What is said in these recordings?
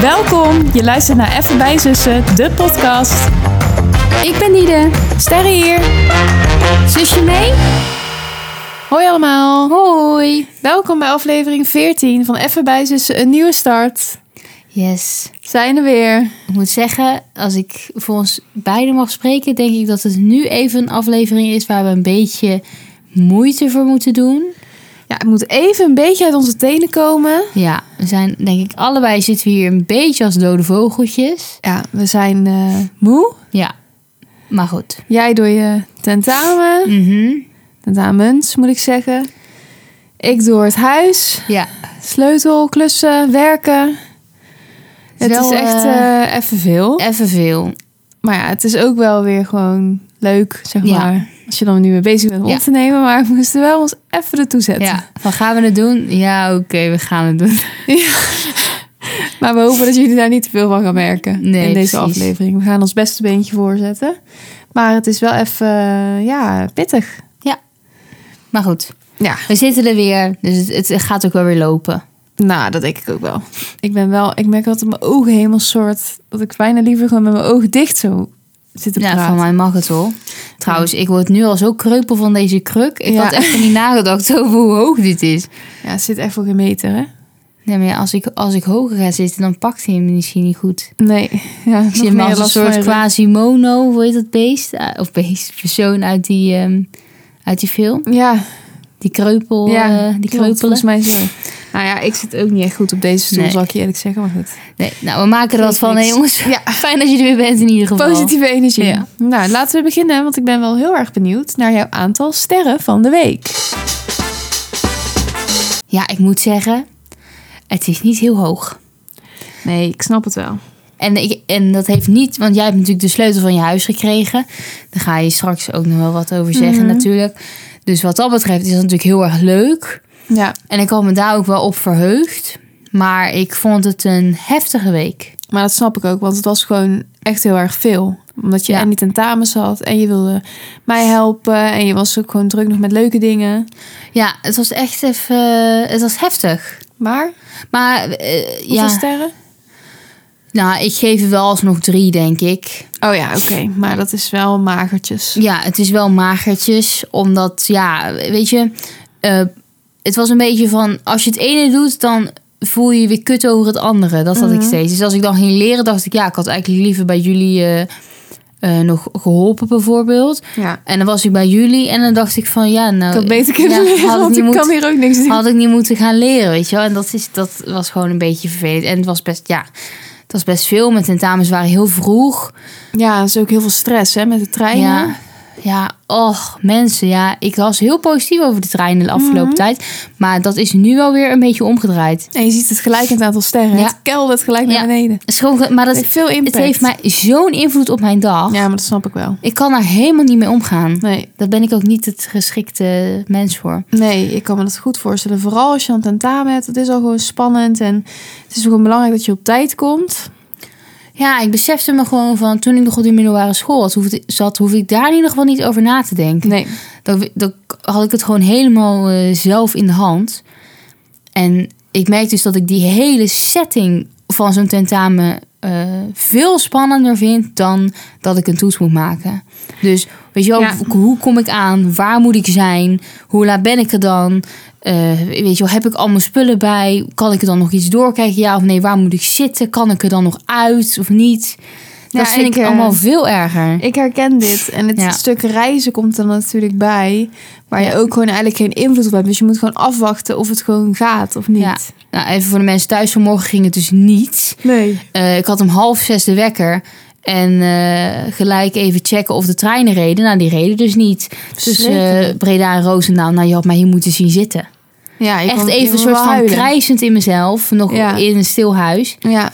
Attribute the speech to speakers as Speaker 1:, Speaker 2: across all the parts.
Speaker 1: Welkom, je luistert naar Even bij Zussen, de podcast.
Speaker 2: Ik ben Nide.
Speaker 1: Sterre hier.
Speaker 2: Zusje mee?
Speaker 1: Hoi allemaal.
Speaker 2: Hoi.
Speaker 1: Welkom bij aflevering 14 van Even bij Zussen, een nieuwe start.
Speaker 2: Yes.
Speaker 1: Zijn er weer.
Speaker 2: Ik moet zeggen, als ik voor ons beiden mag spreken, denk ik dat het nu even een aflevering is waar we een beetje moeite voor moeten doen.
Speaker 1: Ja, het moet even een beetje uit onze tenen komen.
Speaker 2: Ja, we zijn denk ik allebei zitten we hier een beetje als dode vogeltjes.
Speaker 1: Ja, we zijn eh, moe.
Speaker 2: Ja, maar goed.
Speaker 1: Jij door je tentamen,
Speaker 2: Mhm.
Speaker 1: tentamens moet ik zeggen. Ik door het huis,
Speaker 2: Ja,
Speaker 1: sleutel, klussen, werken. Het
Speaker 2: wel,
Speaker 1: is echt
Speaker 2: eh,
Speaker 1: eh, even veel.
Speaker 2: even veel.
Speaker 1: Maar ja, het is ook wel weer gewoon leuk, zeg
Speaker 2: Ja.
Speaker 1: maar. Als je dan nu weer bezig bent om
Speaker 2: Ja.
Speaker 1: op te nemen. Maar we moesten wel ons even ertoe zetten.
Speaker 2: Ja, van gaan we het doen? Ja, oké, we gaan het doen.
Speaker 1: Maar we hopen dat jullie daar niet te veel van gaan merken.
Speaker 2: Nee,
Speaker 1: in deze
Speaker 2: precies.
Speaker 1: aflevering. We gaan ons beste beentje voorzetten. Maar het is wel even, eh, ja, pittig.
Speaker 2: Maar goed,
Speaker 1: Ja,
Speaker 2: we zitten er weer, dus het, het gaat ook wel weer lopen.
Speaker 1: nou, dat denk ik ook wel. Ik ben wel, ik merk altijd mijn ogen helemaal soort... Dat ik bijna liever gewoon met mijn ogen dicht zo zit te
Speaker 2: Ja,
Speaker 1: praten.
Speaker 2: van mij mag het hoor. Trouwens, ik word nu al zo kreupel van deze kruk. Ik
Speaker 1: Ja.
Speaker 2: had echt niet nagedacht over hoe hoog dit is.
Speaker 1: Ja, het zit echt voor geen meter, hè?
Speaker 2: Nee, maar ja, als ik, als ik hoger ga zitten, dan pakt hij hem misschien niet goed.
Speaker 1: Nee. Ja,
Speaker 2: Ik zie hem als een soort quasi-mono, hoe heet dat beest? Ah, Of beest, persoon uit die, ehm, uit die film.
Speaker 1: Ja,
Speaker 2: Die kreupel, eh, die
Speaker 1: klopt,
Speaker 2: kreupelen.
Speaker 1: Volgens mij zo. Nou ja, ik zit ook niet echt goed op deze stoel,
Speaker 2: Nee.
Speaker 1: zal ik je eerlijk zeggen. Maar goed.
Speaker 2: Nee, nou, we maken er wat van, hè,
Speaker 1: niks.
Speaker 2: jongens.
Speaker 1: Ja.
Speaker 2: Fijn dat je er weer bent in ieder geval.
Speaker 1: Positieve energie.
Speaker 2: Ja.
Speaker 1: Nou, laten we beginnen, want ik ben wel heel erg benieuwd naar jouw aantal sterren van de week.
Speaker 2: Ja, ik moet zeggen, het is niet heel hoog.
Speaker 1: Nee, ik snap het wel.
Speaker 2: En, ik, en dat heeft niet, want jij hebt natuurlijk de sleutel van je huis gekregen. Daar ga je straks ook nog wel wat over zeggen
Speaker 1: Mhm.
Speaker 2: natuurlijk. Dus wat dat betreft is dat natuurlijk heel erg leuk.
Speaker 1: Ja,
Speaker 2: En ik had me daar ook wel op verheugd. Maar ik vond het een heftige week.
Speaker 1: maar dat snap ik ook, want het was gewoon echt heel erg veel. Omdat je
Speaker 2: Ja.
Speaker 1: en die tentamens had en je wilde mij helpen en je was ook gewoon druk nog met leuke dingen.
Speaker 2: Ja, het was echt even, eh, het was heftig.
Speaker 1: Maar,
Speaker 2: Maar eh,
Speaker 1: hoeveel
Speaker 2: ja,
Speaker 1: sterren?
Speaker 2: nou, ik geef er wel alsnog drie, denk ik.
Speaker 1: Oh ja, oké. Maar dat is wel magertjes.
Speaker 2: Ja, het is wel magertjes. Omdat, ja, weet je, eh, het was een beetje van als je het ene doet, dan voel je je weer kut over het andere. Dat had ik
Speaker 1: Mhm.
Speaker 2: steeds. Dus als ik dan ging leren, dacht ik, ja, ik had eigenlijk liever bij jullie eh, eh, nog geholpen, bijvoorbeeld.
Speaker 1: Ja.
Speaker 2: En dan was ik bij jullie en dan dacht ik van, ja, nou.
Speaker 1: Ik had beter kunnen
Speaker 2: ja,
Speaker 1: leren,
Speaker 2: had ik
Speaker 1: want
Speaker 2: niet
Speaker 1: ik
Speaker 2: moeten-
Speaker 1: kan hier ook niks doen.
Speaker 2: Had ik niet moeten gaan leren, weet je wel. En dat, is, dat was gewoon een beetje vervelend. En het was best, ja, het was best veel. Mijn tentamens waren heel vroeg.
Speaker 1: Ja, er is ook heel veel stress hè, met de treinen.
Speaker 2: Ja, ja, och mensen, ja. Ik was heel positief over de treinen de afgelopen
Speaker 1: Mhm.
Speaker 2: tijd. Maar dat is nu wel weer een beetje omgedraaid.
Speaker 1: En je ziet het gelijk in het aantal sterren.
Speaker 2: Ja.
Speaker 1: Het keldert gelijk naar
Speaker 2: Ja.
Speaker 1: beneden.
Speaker 2: Het is gewoon- maar dat,
Speaker 1: Dat heeft veel impact.
Speaker 2: het heeft mij zo'n invloed op mijn dag.
Speaker 1: Ja, maar dat snap ik wel.
Speaker 2: Ik kan daar helemaal niet mee omgaan.
Speaker 1: Nee,
Speaker 2: Daar ben ik ook niet het geschikte mens voor.
Speaker 1: nee, ik kan me dat goed voorstellen. Vooral als je een tentamen hebt. Het is al gewoon spannend. En het is ook gewoon belangrijk dat je op tijd komt.
Speaker 2: Ja, ik besefte me gewoon van toen ik nog op de middelbare school zat, hoefde, zat, hoef ik daar in ieder geval niet over na te denken.
Speaker 1: Nee.
Speaker 2: Dan, dan had ik het gewoon helemaal eh, zelf in de hand. En ik merk dus dat ik die hele setting van zo'n tentamen eh, veel spannender vind dan dat ik een toets moet maken. Dus weet je wel,
Speaker 1: Ja.
Speaker 2: hoe kom ik aan? Waar moet ik zijn? Hoe laat ben ik er dan? Eh, weet je wel, heb ik al mijn spullen bij? Kan ik er dan nog iets doorkijken? Ja of nee? Waar moet ik zitten? Kan ik er dan nog uit of niet? Dat
Speaker 1: Ja,
Speaker 2: vind
Speaker 1: ik,
Speaker 2: ik,
Speaker 1: eh,
Speaker 2: allemaal veel erger.
Speaker 1: Ik herken dit. En het
Speaker 2: Ja.
Speaker 1: stuk reizen komt er natuurlijk bij. Waar je
Speaker 2: Ja.
Speaker 1: ook gewoon eigenlijk geen invloed op hebt. Dus je moet gewoon afwachten of het gewoon gaat of niet.
Speaker 2: Ja. Nou, even voor de mensen thuis, vanmorgen ging het dus niet.
Speaker 1: Nee.
Speaker 2: Eh, ik had om half zes de wekker. En eh, gelijk even checken of de treinen reden. Nou, die reden dus niet. Tussen eh,
Speaker 1: Verschrikkelijk.
Speaker 2: Breda en Roosendaal. Nou, je had mij hier moeten zien zitten.
Speaker 1: Ja, je
Speaker 2: Echt
Speaker 1: kan- je
Speaker 2: even
Speaker 1: kan
Speaker 2: een soort
Speaker 1: wel
Speaker 2: van
Speaker 1: huilen.
Speaker 2: krijsend in mezelf. Nog
Speaker 1: Ja.
Speaker 2: in een stil huis.
Speaker 1: Ja,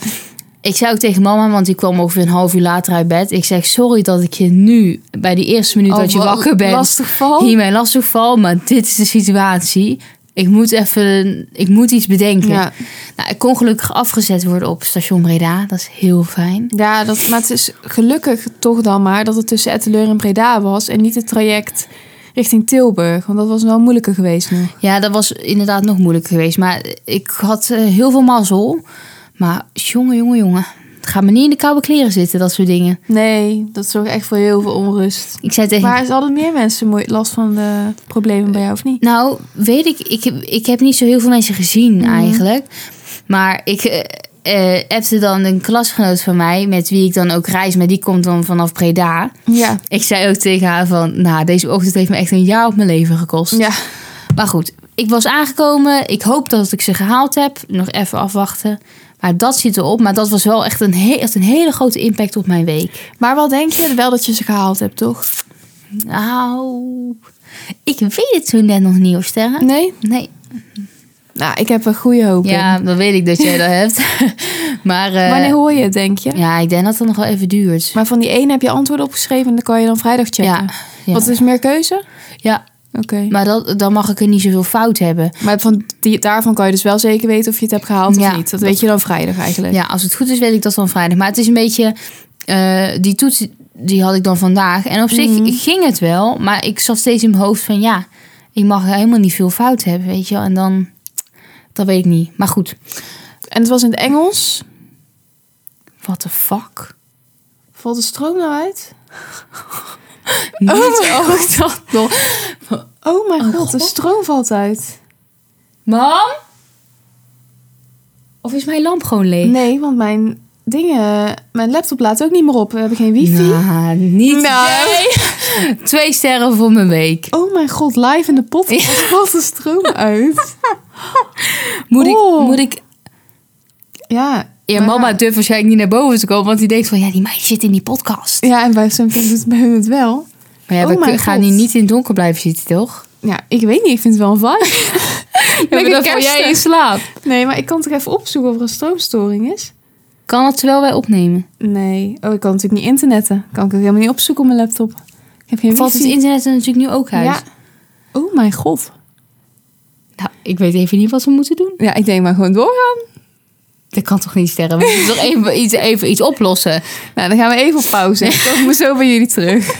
Speaker 2: Ik zei ook tegen mama, want die kwam ongeveer een half uur later uit bed. Ik zeg, sorry dat ik je nu, bij die eerste minuut
Speaker 1: Al
Speaker 2: dat je
Speaker 1: Oh, wa-
Speaker 2: wakker bent...
Speaker 1: Lastig val.
Speaker 2: hiermee lastig val. Maar dit is de situatie. Ik moet even, ik moet iets bedenken.
Speaker 1: Ja.
Speaker 2: Nou, ik kon gelukkig afgezet worden op station Breda. Dat is heel fijn.
Speaker 1: Ja, dat, maar het is gelukkig toch dan maar dat het tussen Etteleur en Breda was en niet het traject richting Tilburg. Want dat was wel moeilijker geweest nog.
Speaker 2: Ja, dat was inderdaad nog moeilijker geweest. Maar ik had eh, heel veel mazzel. Maar jongen, jongen, jongen. Het gaat me niet in de koude kleren zitten, dat soort dingen.
Speaker 1: Nee, dat zorgt echt voor heel veel onrust.
Speaker 2: Ik zei tegen
Speaker 1: Maar is hadden meer mensen moe- last van de problemen bij jou of niet?
Speaker 2: Nou, weet ik, ik heb, ik heb niet zo heel veel mensen gezien
Speaker 1: Mhm.
Speaker 2: eigenlijk. Maar ik eh eh, appte dan een klasgenoot van mij, met wie ik dan ook reis, maar die komt dan vanaf Breda.
Speaker 1: Ja.
Speaker 2: Ik zei ook tegen haar van, nou, deze ochtend heeft me echt een jaar op mijn leven gekost.
Speaker 1: Ja.
Speaker 2: Maar goed, ik was aangekomen. Ik hoop dat ik ze gehaald heb. Nog even afwachten. Maar dat zit erop. Maar dat was wel echt een, he- echt een hele grote impact op mijn week.
Speaker 1: Maar wat denk je? Wel dat je ze gehaald hebt, toch?
Speaker 2: Nou, ik weet het zo net nog niet hoor, Sterren.
Speaker 1: Nee?
Speaker 2: Nee.
Speaker 1: Nou, ik heb een goede hoop in.
Speaker 2: Ja, dan weet ik dat jij dat hebt. maar eh,
Speaker 1: Wanneer hoor je het, denk je?
Speaker 2: ja, ik denk dat het nog wel even duurt.
Speaker 1: Maar van die ene heb je antwoorden opgeschreven en dan kan je dan vrijdag checken.
Speaker 2: ja, ja.
Speaker 1: Wat is meer keuze?
Speaker 2: ja,
Speaker 1: Oké.
Speaker 2: maar dat, dan mag ik er niet zoveel fout hebben.
Speaker 1: Maar van die, daarvan kan je dus wel zeker weten of je het hebt gehaald of
Speaker 2: Ja.
Speaker 1: niet. Dat weet je dan vrijdag eigenlijk.
Speaker 2: Ja, als het goed is, weet ik dat van vrijdag. Maar het is een beetje. eh, die toets die had ik dan vandaag. En op zich
Speaker 1: Mhm.
Speaker 2: ging het wel. Maar ik zat steeds in mijn hoofd van ja, ik mag helemaal niet veel fout hebben, weet je wel. En dan. Dat weet ik niet. Maar goed,
Speaker 1: En het was in het Engels.
Speaker 2: what the fuck?
Speaker 1: Valt de stroom nou uit?
Speaker 2: Niet-
Speaker 1: Oh god, dat nog. Oh mijn god, de
Speaker 2: god.
Speaker 1: stroom valt uit.
Speaker 2: Mam? Of is mijn lamp gewoon leeg?
Speaker 1: Nee, want mijn dingen, mijn laptop laat ook niet meer op. We hebben geen wifi.
Speaker 2: Nou, niet.
Speaker 1: Nou.
Speaker 2: nee. Twee sterren voor mijn week.
Speaker 1: Oh mijn god, live in de podcast valt de stroom uit.
Speaker 2: Moet ik.
Speaker 1: Oh.
Speaker 2: Moet ik
Speaker 1: Ja.
Speaker 2: ja,
Speaker 1: maar-
Speaker 2: mama durft waarschijnlijk niet naar boven te komen. Want die denkt van ja, die meid zit in die podcast.
Speaker 1: Ja, en bij Samsung doet het bij hun het wel.
Speaker 2: Maar ja,
Speaker 1: Oh
Speaker 2: we
Speaker 1: mijn
Speaker 2: k- gaan
Speaker 1: god.
Speaker 2: hier niet in het donker blijven zitten, toch?
Speaker 1: Ja, ik weet niet, ik vind het wel een vibe.
Speaker 2: Ja,
Speaker 1: Lekker
Speaker 2: maar dan val jij
Speaker 1: kersten.
Speaker 2: in slaap.
Speaker 1: Nee, maar ik kan toch even opzoeken of er een stroomstoring is?
Speaker 2: Kan dat terwijl wij opnemen?
Speaker 1: Nee. Oh, ik kan natuurlijk niet internetten. Kan ik ook helemaal niet opzoeken op mijn laptop. Ik heb geen
Speaker 2: Valt het
Speaker 1: wifi.
Speaker 2: internet er natuurlijk nu ook uit?
Speaker 1: Ja. Oh mijn god.
Speaker 2: Nou, ik weet even niet wat we moeten doen.
Speaker 1: Ja, ik denk maar gewoon doorgaan.
Speaker 2: Dat kan toch niet sterren? We moeten toch even iets, even iets oplossen?
Speaker 1: Nou, dan gaan we even op pauze. Ik kom we zo bij jullie terug.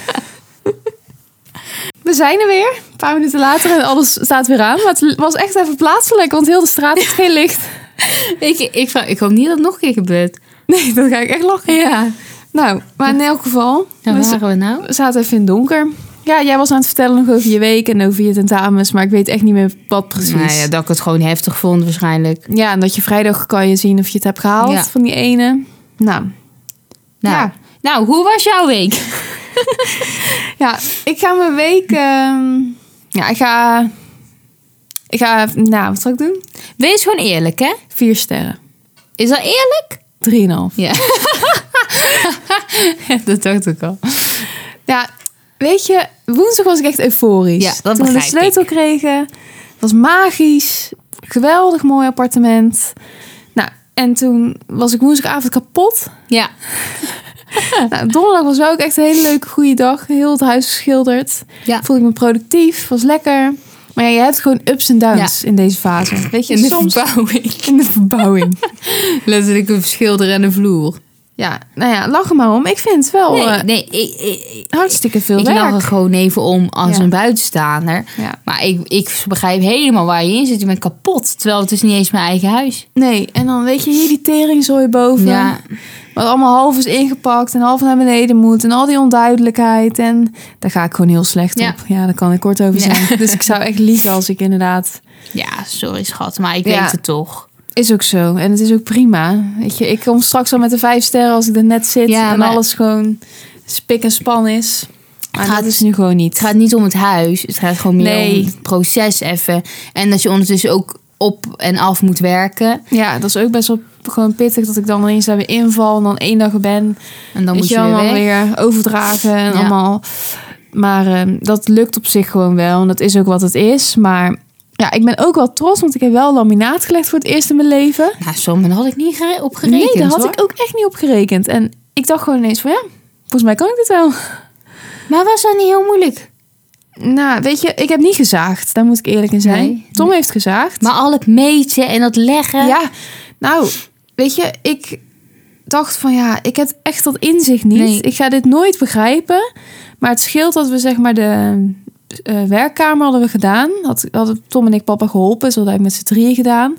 Speaker 1: We zijn er weer. Een paar minuten later en alles staat weer aan. Maar het was echt even plaatselijk, want heel de straat heeft geen licht.
Speaker 2: Ik, ik, vraag, ik hoop niet dat het nog een keer gebeurt.
Speaker 1: Nee, dan ga ik echt lachen. Ja. Nou, maar in elk geval.
Speaker 2: Nou,
Speaker 1: we
Speaker 2: waar
Speaker 1: z-
Speaker 2: waren we nou?
Speaker 1: we zaten even in het donker. Ja, jij was aan het vertellen nog over je week en over je tentamens. Maar ik weet echt niet meer wat precies.
Speaker 2: Nou ja, dat ik het gewoon heftig vond waarschijnlijk.
Speaker 1: Ja, en dat je vrijdag kan je zien of je het hebt gehaald
Speaker 2: Ja.
Speaker 1: van die ene. Nou,
Speaker 2: Nou,
Speaker 1: Ja.
Speaker 2: nou, hoe was jouw week?
Speaker 1: ja, ik ga mijn week... ehm, ja, ik ga... Ik ga... Nou, wat zal ik doen?
Speaker 2: Wees gewoon eerlijk, hè?
Speaker 1: Vier sterren.
Speaker 2: Is dat eerlijk?
Speaker 1: Drieënhalf.
Speaker 2: Ja. dat dacht ik al.
Speaker 1: Ja, weet je, woensdag was ik echt euforisch.
Speaker 2: Ja, dat
Speaker 1: Toen we de
Speaker 2: begrijp ik.
Speaker 1: sleutel kregen. Het was magisch. Geweldig mooi appartement. Nou, en toen was ik woensdagavond kapot.
Speaker 2: Ja.
Speaker 1: Nou, donderdag was wel ook echt een hele leuke, goede dag. Heel het huis geschilderd.
Speaker 2: Ja.
Speaker 1: Voelde ik me productief, was lekker. Maar ja, je hebt gewoon ups en downs in deze fase. Weet je,
Speaker 2: In de
Speaker 1: soms...
Speaker 2: verbouwing.
Speaker 1: In de verbouwing.
Speaker 2: Letterlijk een schilder en een vloer.
Speaker 1: ja, nou ja, lach er maar om. Ik vind het wel
Speaker 2: Nee,
Speaker 1: eh,
Speaker 2: nee ik, ik,
Speaker 1: hartstikke veel
Speaker 2: ik
Speaker 1: werk.
Speaker 2: lach er gewoon even om als
Speaker 1: Ja.
Speaker 2: een buitenstaander.
Speaker 1: Ja.
Speaker 2: Maar ik, ik begrijp helemaal waar je in zit. Je bent kapot. Terwijl het is niet eens mijn eigen huis.
Speaker 1: Nee, en dan weet je, hier die teringzooi boven.
Speaker 2: Ja.
Speaker 1: Wat allemaal half is ingepakt en half naar beneden moet. En al die onduidelijkheid. En daar ga ik gewoon heel slecht
Speaker 2: Ja.
Speaker 1: op. Ja, daar kan ik kort over
Speaker 2: Ja.
Speaker 1: zijn. Dus ik zou echt liegen als ik inderdaad
Speaker 2: Ja, sorry schat, maar ik
Speaker 1: Ja.
Speaker 2: weet het toch.
Speaker 1: Is ook zo. En het is ook prima. Weet je, ik kom straks al met de vijf sterren als ik er net zit.
Speaker 2: Ja,
Speaker 1: en
Speaker 2: maar-
Speaker 1: alles gewoon spik en span is. Maar
Speaker 2: Gaat-
Speaker 1: dat is nu gewoon niet.
Speaker 2: Het gaat niet om het huis. Het gaat gewoon meer
Speaker 1: Nee.
Speaker 2: om het proces even. En dat je ondertussen ook op en af moet werken.
Speaker 1: Ja, dat is ook best wel gewoon pittig dat ik dan ineens daar weer inval. En dan één dag er ben.
Speaker 2: En dan
Speaker 1: weet
Speaker 2: moet je, weer
Speaker 1: allemaal
Speaker 2: weg.
Speaker 1: weer overdragen en
Speaker 2: Ja.
Speaker 1: allemaal. Maar ehm, dat lukt op zich gewoon wel. En dat is ook wat het is. Maar ja, ik ben ook wel trots. Want ik heb wel laminaat gelegd voor het eerst in mijn leven.
Speaker 2: Nou, soms had ik niet gere- op gerekend
Speaker 1: nee, daar had
Speaker 2: hoor.
Speaker 1: ik ook echt niet op gerekend. En ik dacht gewoon ineens van ja, volgens mij kan ik dit wel.
Speaker 2: Maar was dat niet heel moeilijk?
Speaker 1: Nou, weet je, ik heb niet gezaagd. Daar moet ik eerlijk in zijn.
Speaker 2: Nee.
Speaker 1: Tom heeft gezaagd.
Speaker 2: Maar al het meten en dat leggen.
Speaker 1: ja, nou, weet je, ik dacht van ja, ik heb echt dat inzicht niet.
Speaker 2: Nee.
Speaker 1: Ik ga dit nooit begrijpen. Maar het scheelt dat we zeg maar de eh, werkkamer hadden we gedaan. Had, hadden Tom en ik papa geholpen. Dus dat hadden we met z'n drieën gedaan.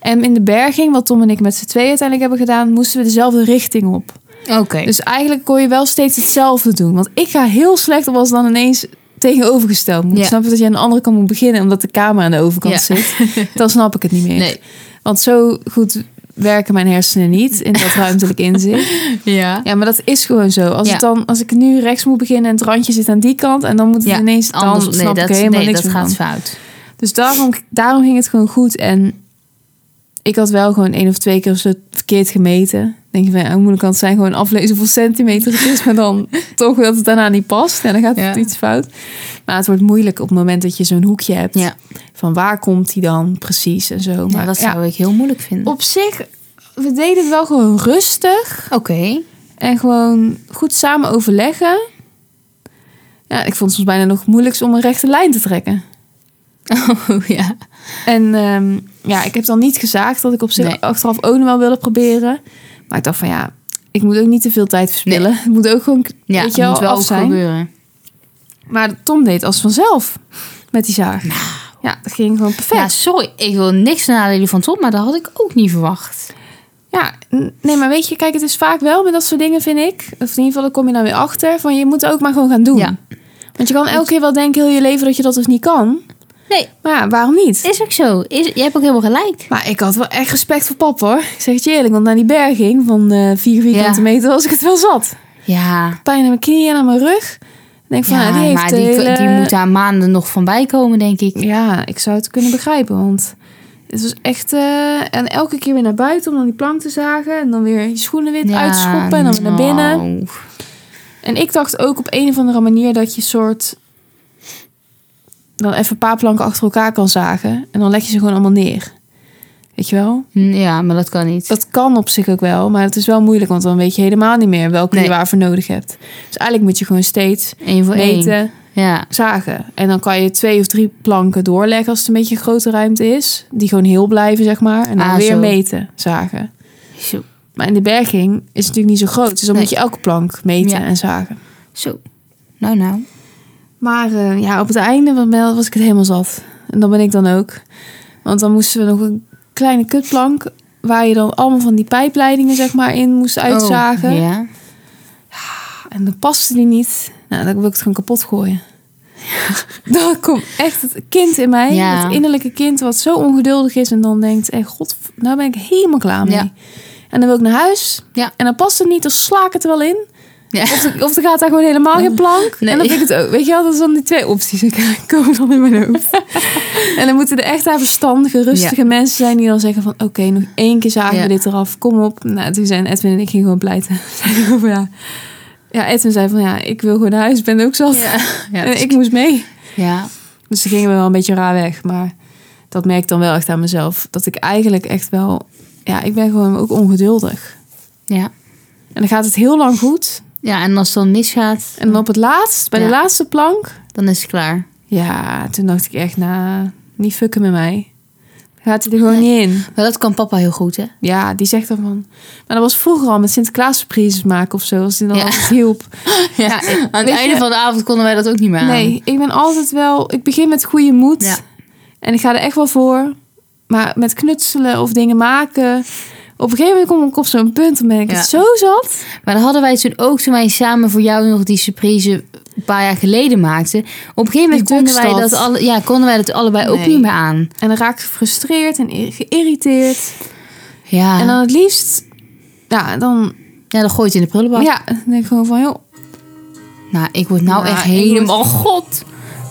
Speaker 1: En in de berging, wat Tom en ik met z'n tweeën uiteindelijk hebben gedaan, moesten we dezelfde richting op.
Speaker 2: Oké.
Speaker 1: Dus eigenlijk kon je wel steeds hetzelfde doen. Want ik ga heel slecht op als het dan ineens tegenovergesteld moet.
Speaker 2: Ja.
Speaker 1: Snap je dat je aan de andere kant moet beginnen omdat de kamer aan de overkant
Speaker 2: Ja.
Speaker 1: zit? Dan snap ik het niet meer.
Speaker 2: nee.
Speaker 1: Want zo goed werken mijn hersenen niet in dat ruimtelijk inzicht.
Speaker 2: Ja.
Speaker 1: Ja, maar dat is gewoon zo. Als,
Speaker 2: Ja.
Speaker 1: het dan, als ik nu rechts moet beginnen en het randje zit aan die kant... en dan moet het
Speaker 2: Ja,
Speaker 1: ineens... dan
Speaker 2: Anders,
Speaker 1: snap
Speaker 2: nee, dat,
Speaker 1: ik helemaal
Speaker 2: nee,
Speaker 1: niks
Speaker 2: dat
Speaker 1: meer
Speaker 2: gaat
Speaker 1: van.
Speaker 2: fout.
Speaker 1: Dus daarom, daarom ging het gewoon goed. En ik had wel gewoon één of twee keer zo verkeerd gemeten. Denk je van, ja, hoe moeilijk kan het zijn? Gewoon aflezen hoeveel centimeter het is. Maar dan toch dat het daarna niet past. Ja, dan gaat het
Speaker 2: Ja.
Speaker 1: iets fout. Maar het wordt moeilijk op het moment dat je zo'n hoekje hebt.
Speaker 2: Ja.
Speaker 1: Van waar komt die dan precies en zo. Maar
Speaker 2: ja, Oh, dat
Speaker 1: ja,
Speaker 2: zou ik heel moeilijk vinden.
Speaker 1: op zich, we deden het wel gewoon rustig.
Speaker 2: Oké.
Speaker 1: En gewoon goed samen overleggen. Ja, ik vond het soms bijna nog moeilijks om een rechte lijn te trekken.
Speaker 2: Oh ja.
Speaker 1: En ehm, ja, ik heb dan niet gezaagd dat ik op zich
Speaker 2: Nee.
Speaker 1: achteraf ook nog wel wilde proberen. Maar ik dacht van ja, ik moet ook niet te veel tijd verspillen. Het moet ook gewoon,
Speaker 2: Ja,
Speaker 1: weet
Speaker 2: het
Speaker 1: je wel,
Speaker 2: moet wel
Speaker 1: af
Speaker 2: ook
Speaker 1: zijn.
Speaker 2: gebeuren.
Speaker 1: Maar Tom deed als vanzelf met die zaag. Ja, dat ging gewoon
Speaker 2: Nou. Ja,
Speaker 1: perfect.
Speaker 2: sorry. Ik wil niks nadelen van Tom, maar dat had ik ook niet verwacht.
Speaker 1: Ja. n- nee, maar weet je, kijk, het is vaak wel met dat soort dingen, vind ik. Of in ieder geval, daar kom je dan weer achter. Van je moet het ook maar gewoon gaan doen.
Speaker 2: Ja.
Speaker 1: Want je kan elke keer wel denken heel je leven dat je dat dus niet kan.
Speaker 2: Nee,
Speaker 1: Maar ja, waarom niet?
Speaker 2: is ook zo. Is, je hebt ook helemaal gelijk.
Speaker 1: Maar ik had wel echt respect voor papa hoor. Ik zeg het je eerlijk, want na die berging van eh vier vierkante
Speaker 2: Ja.
Speaker 1: meter was ik het wel zat.
Speaker 2: Ja.
Speaker 1: Pijn aan mijn knieën en aan mijn rug. Ik denk van,
Speaker 2: ja,
Speaker 1: nou, die heeft
Speaker 2: maar
Speaker 1: de
Speaker 2: die,
Speaker 1: hele-
Speaker 2: die moet daar maanden nog van bij komen, denk ik.
Speaker 1: Ja, ik zou het kunnen begrijpen, want het was echt... eh, en elke keer weer naar buiten om dan die plank te zagen. En dan weer je schoenen wit
Speaker 2: Ja,
Speaker 1: uitschoppen en dan weer naar binnen.
Speaker 2: nou.
Speaker 1: En ik dacht ook op een of andere manier dat je soort... Dan even een paar planken achter elkaar kan zagen. En dan leg je ze gewoon allemaal neer. Weet je wel?
Speaker 2: Hm, Ja, maar dat kan niet.
Speaker 1: Dat kan op zich ook wel, maar het is wel moeilijk, want dan weet je helemaal niet meer welke je
Speaker 2: Nee.
Speaker 1: waarvoor nodig hebt. Dus eigenlijk moet je gewoon steeds
Speaker 2: Eén voor één.
Speaker 1: meten,
Speaker 2: Ja.
Speaker 1: zagen. En dan kan je twee of drie planken doorleggen als het een beetje een grote ruimte is. Die gewoon heel blijven, zeg maar. En dan
Speaker 2: Ah,
Speaker 1: weer
Speaker 2: zo.
Speaker 1: meten, zagen.
Speaker 2: Zo.
Speaker 1: Maar in de berging is het natuurlijk niet zo groot, dus dan
Speaker 2: Nee.
Speaker 1: moet je elke plank meten
Speaker 2: Ja.
Speaker 1: en zagen.
Speaker 2: Zo. Nou, nou.
Speaker 1: Maar eh, ja, op het einde wa- wel was ik het helemaal zat. En dat ben ik dan ook. Want dan moesten we nog een kleine kutplank... waar je dan allemaal van die pijpleidingen zeg maar, in moest uitzagen.
Speaker 2: Oh, ja.
Speaker 1: En dan paste die niet. Nou, dan wil ik het gewoon kapot gooien. Dan komt echt het kind in mij.
Speaker 2: Ja.
Speaker 1: Het innerlijke kind wat zo ongeduldig is. En dan denkt, hey, god, nou ben ik helemaal klaar mee.
Speaker 2: Ja.
Speaker 1: En dan wil ik naar huis.
Speaker 2: Ja.
Speaker 1: En dan past het niet, dan sla ik het wel in.
Speaker 2: ja.
Speaker 1: Of, of er gaat daar gewoon helemaal geen plank.
Speaker 2: Nee.
Speaker 1: En dan vind ik het ook. Weet je wel, dat zijn die twee opties. Die komen dan in mijn hoofd. en dan moeten er echt daar verstandige, rustige mensen zijn... die dan zeggen van... oké, nog één keer zagen
Speaker 2: Ja.
Speaker 1: we dit eraf. Kom op. Nou, toen zijn Edwin en ik gingen gewoon pleiten. Zeiden we van, ja. ja, Edwin zei van... ja, ik wil gewoon naar huis. Ik ben ook zat.
Speaker 2: Ja.
Speaker 1: en ik moest mee.
Speaker 2: Ja.
Speaker 1: Dus toen gingen we wel een beetje raar weg. Maar dat merk ik dan wel echt aan mezelf. Dat ik eigenlijk echt wel... ja, ik ben gewoon ook ongeduldig.
Speaker 2: Ja.
Speaker 1: En dan gaat het heel lang goed...
Speaker 2: Ja, en als het dan misgaat,
Speaker 1: En dan op het laatst, bij de
Speaker 2: Ja.
Speaker 1: laatste plank,
Speaker 2: dan is het klaar.
Speaker 1: Ja, toen dacht ik echt, nou, niet fucken met mij. Gaat hij er gewoon niet in.
Speaker 2: Maar dat kan papa heel goed, hè?
Speaker 1: Ja, die zegt dan van... Maar dat was vroeger al met Sinterklaas surprises maken of zo. Als die dan
Speaker 2: Ja.
Speaker 1: altijd hielp.
Speaker 2: Ja, aan
Speaker 1: weet
Speaker 2: het einde
Speaker 1: je-
Speaker 2: van de avond konden wij dat ook niet meer aan.
Speaker 1: Nee, ik ben altijd wel... Ik begin met goede moed.
Speaker 2: Ah. Ja.
Speaker 1: En ik ga er echt wel voor. Maar met knutselen of dingen maken... Op een gegeven moment kom ik op zo'n punt. Dan ben ik
Speaker 2: Ja.
Speaker 1: het zo zat.
Speaker 2: Maar dan hadden wij toen ook, toen wij samen voor jou nog die surprise een paar jaar geleden maakten. Op een gegeven moment
Speaker 1: Die
Speaker 2: konden wij,
Speaker 1: drugstad.
Speaker 2: dat alle, ja, konden wij dat allebei ook
Speaker 1: Nee.
Speaker 2: niet meer aan.
Speaker 1: En dan raak ik gefrustreerd en i- geïrriteerd.
Speaker 2: Ja,
Speaker 1: En dan het liefst... Ja, dan...
Speaker 2: ja dan gooit het in de prullenbak.
Speaker 1: Ja, dan denk ik gewoon van... joh,
Speaker 2: Nou, ik word nou
Speaker 1: Nou,
Speaker 2: echt
Speaker 1: ik word-
Speaker 2: helemaal... God,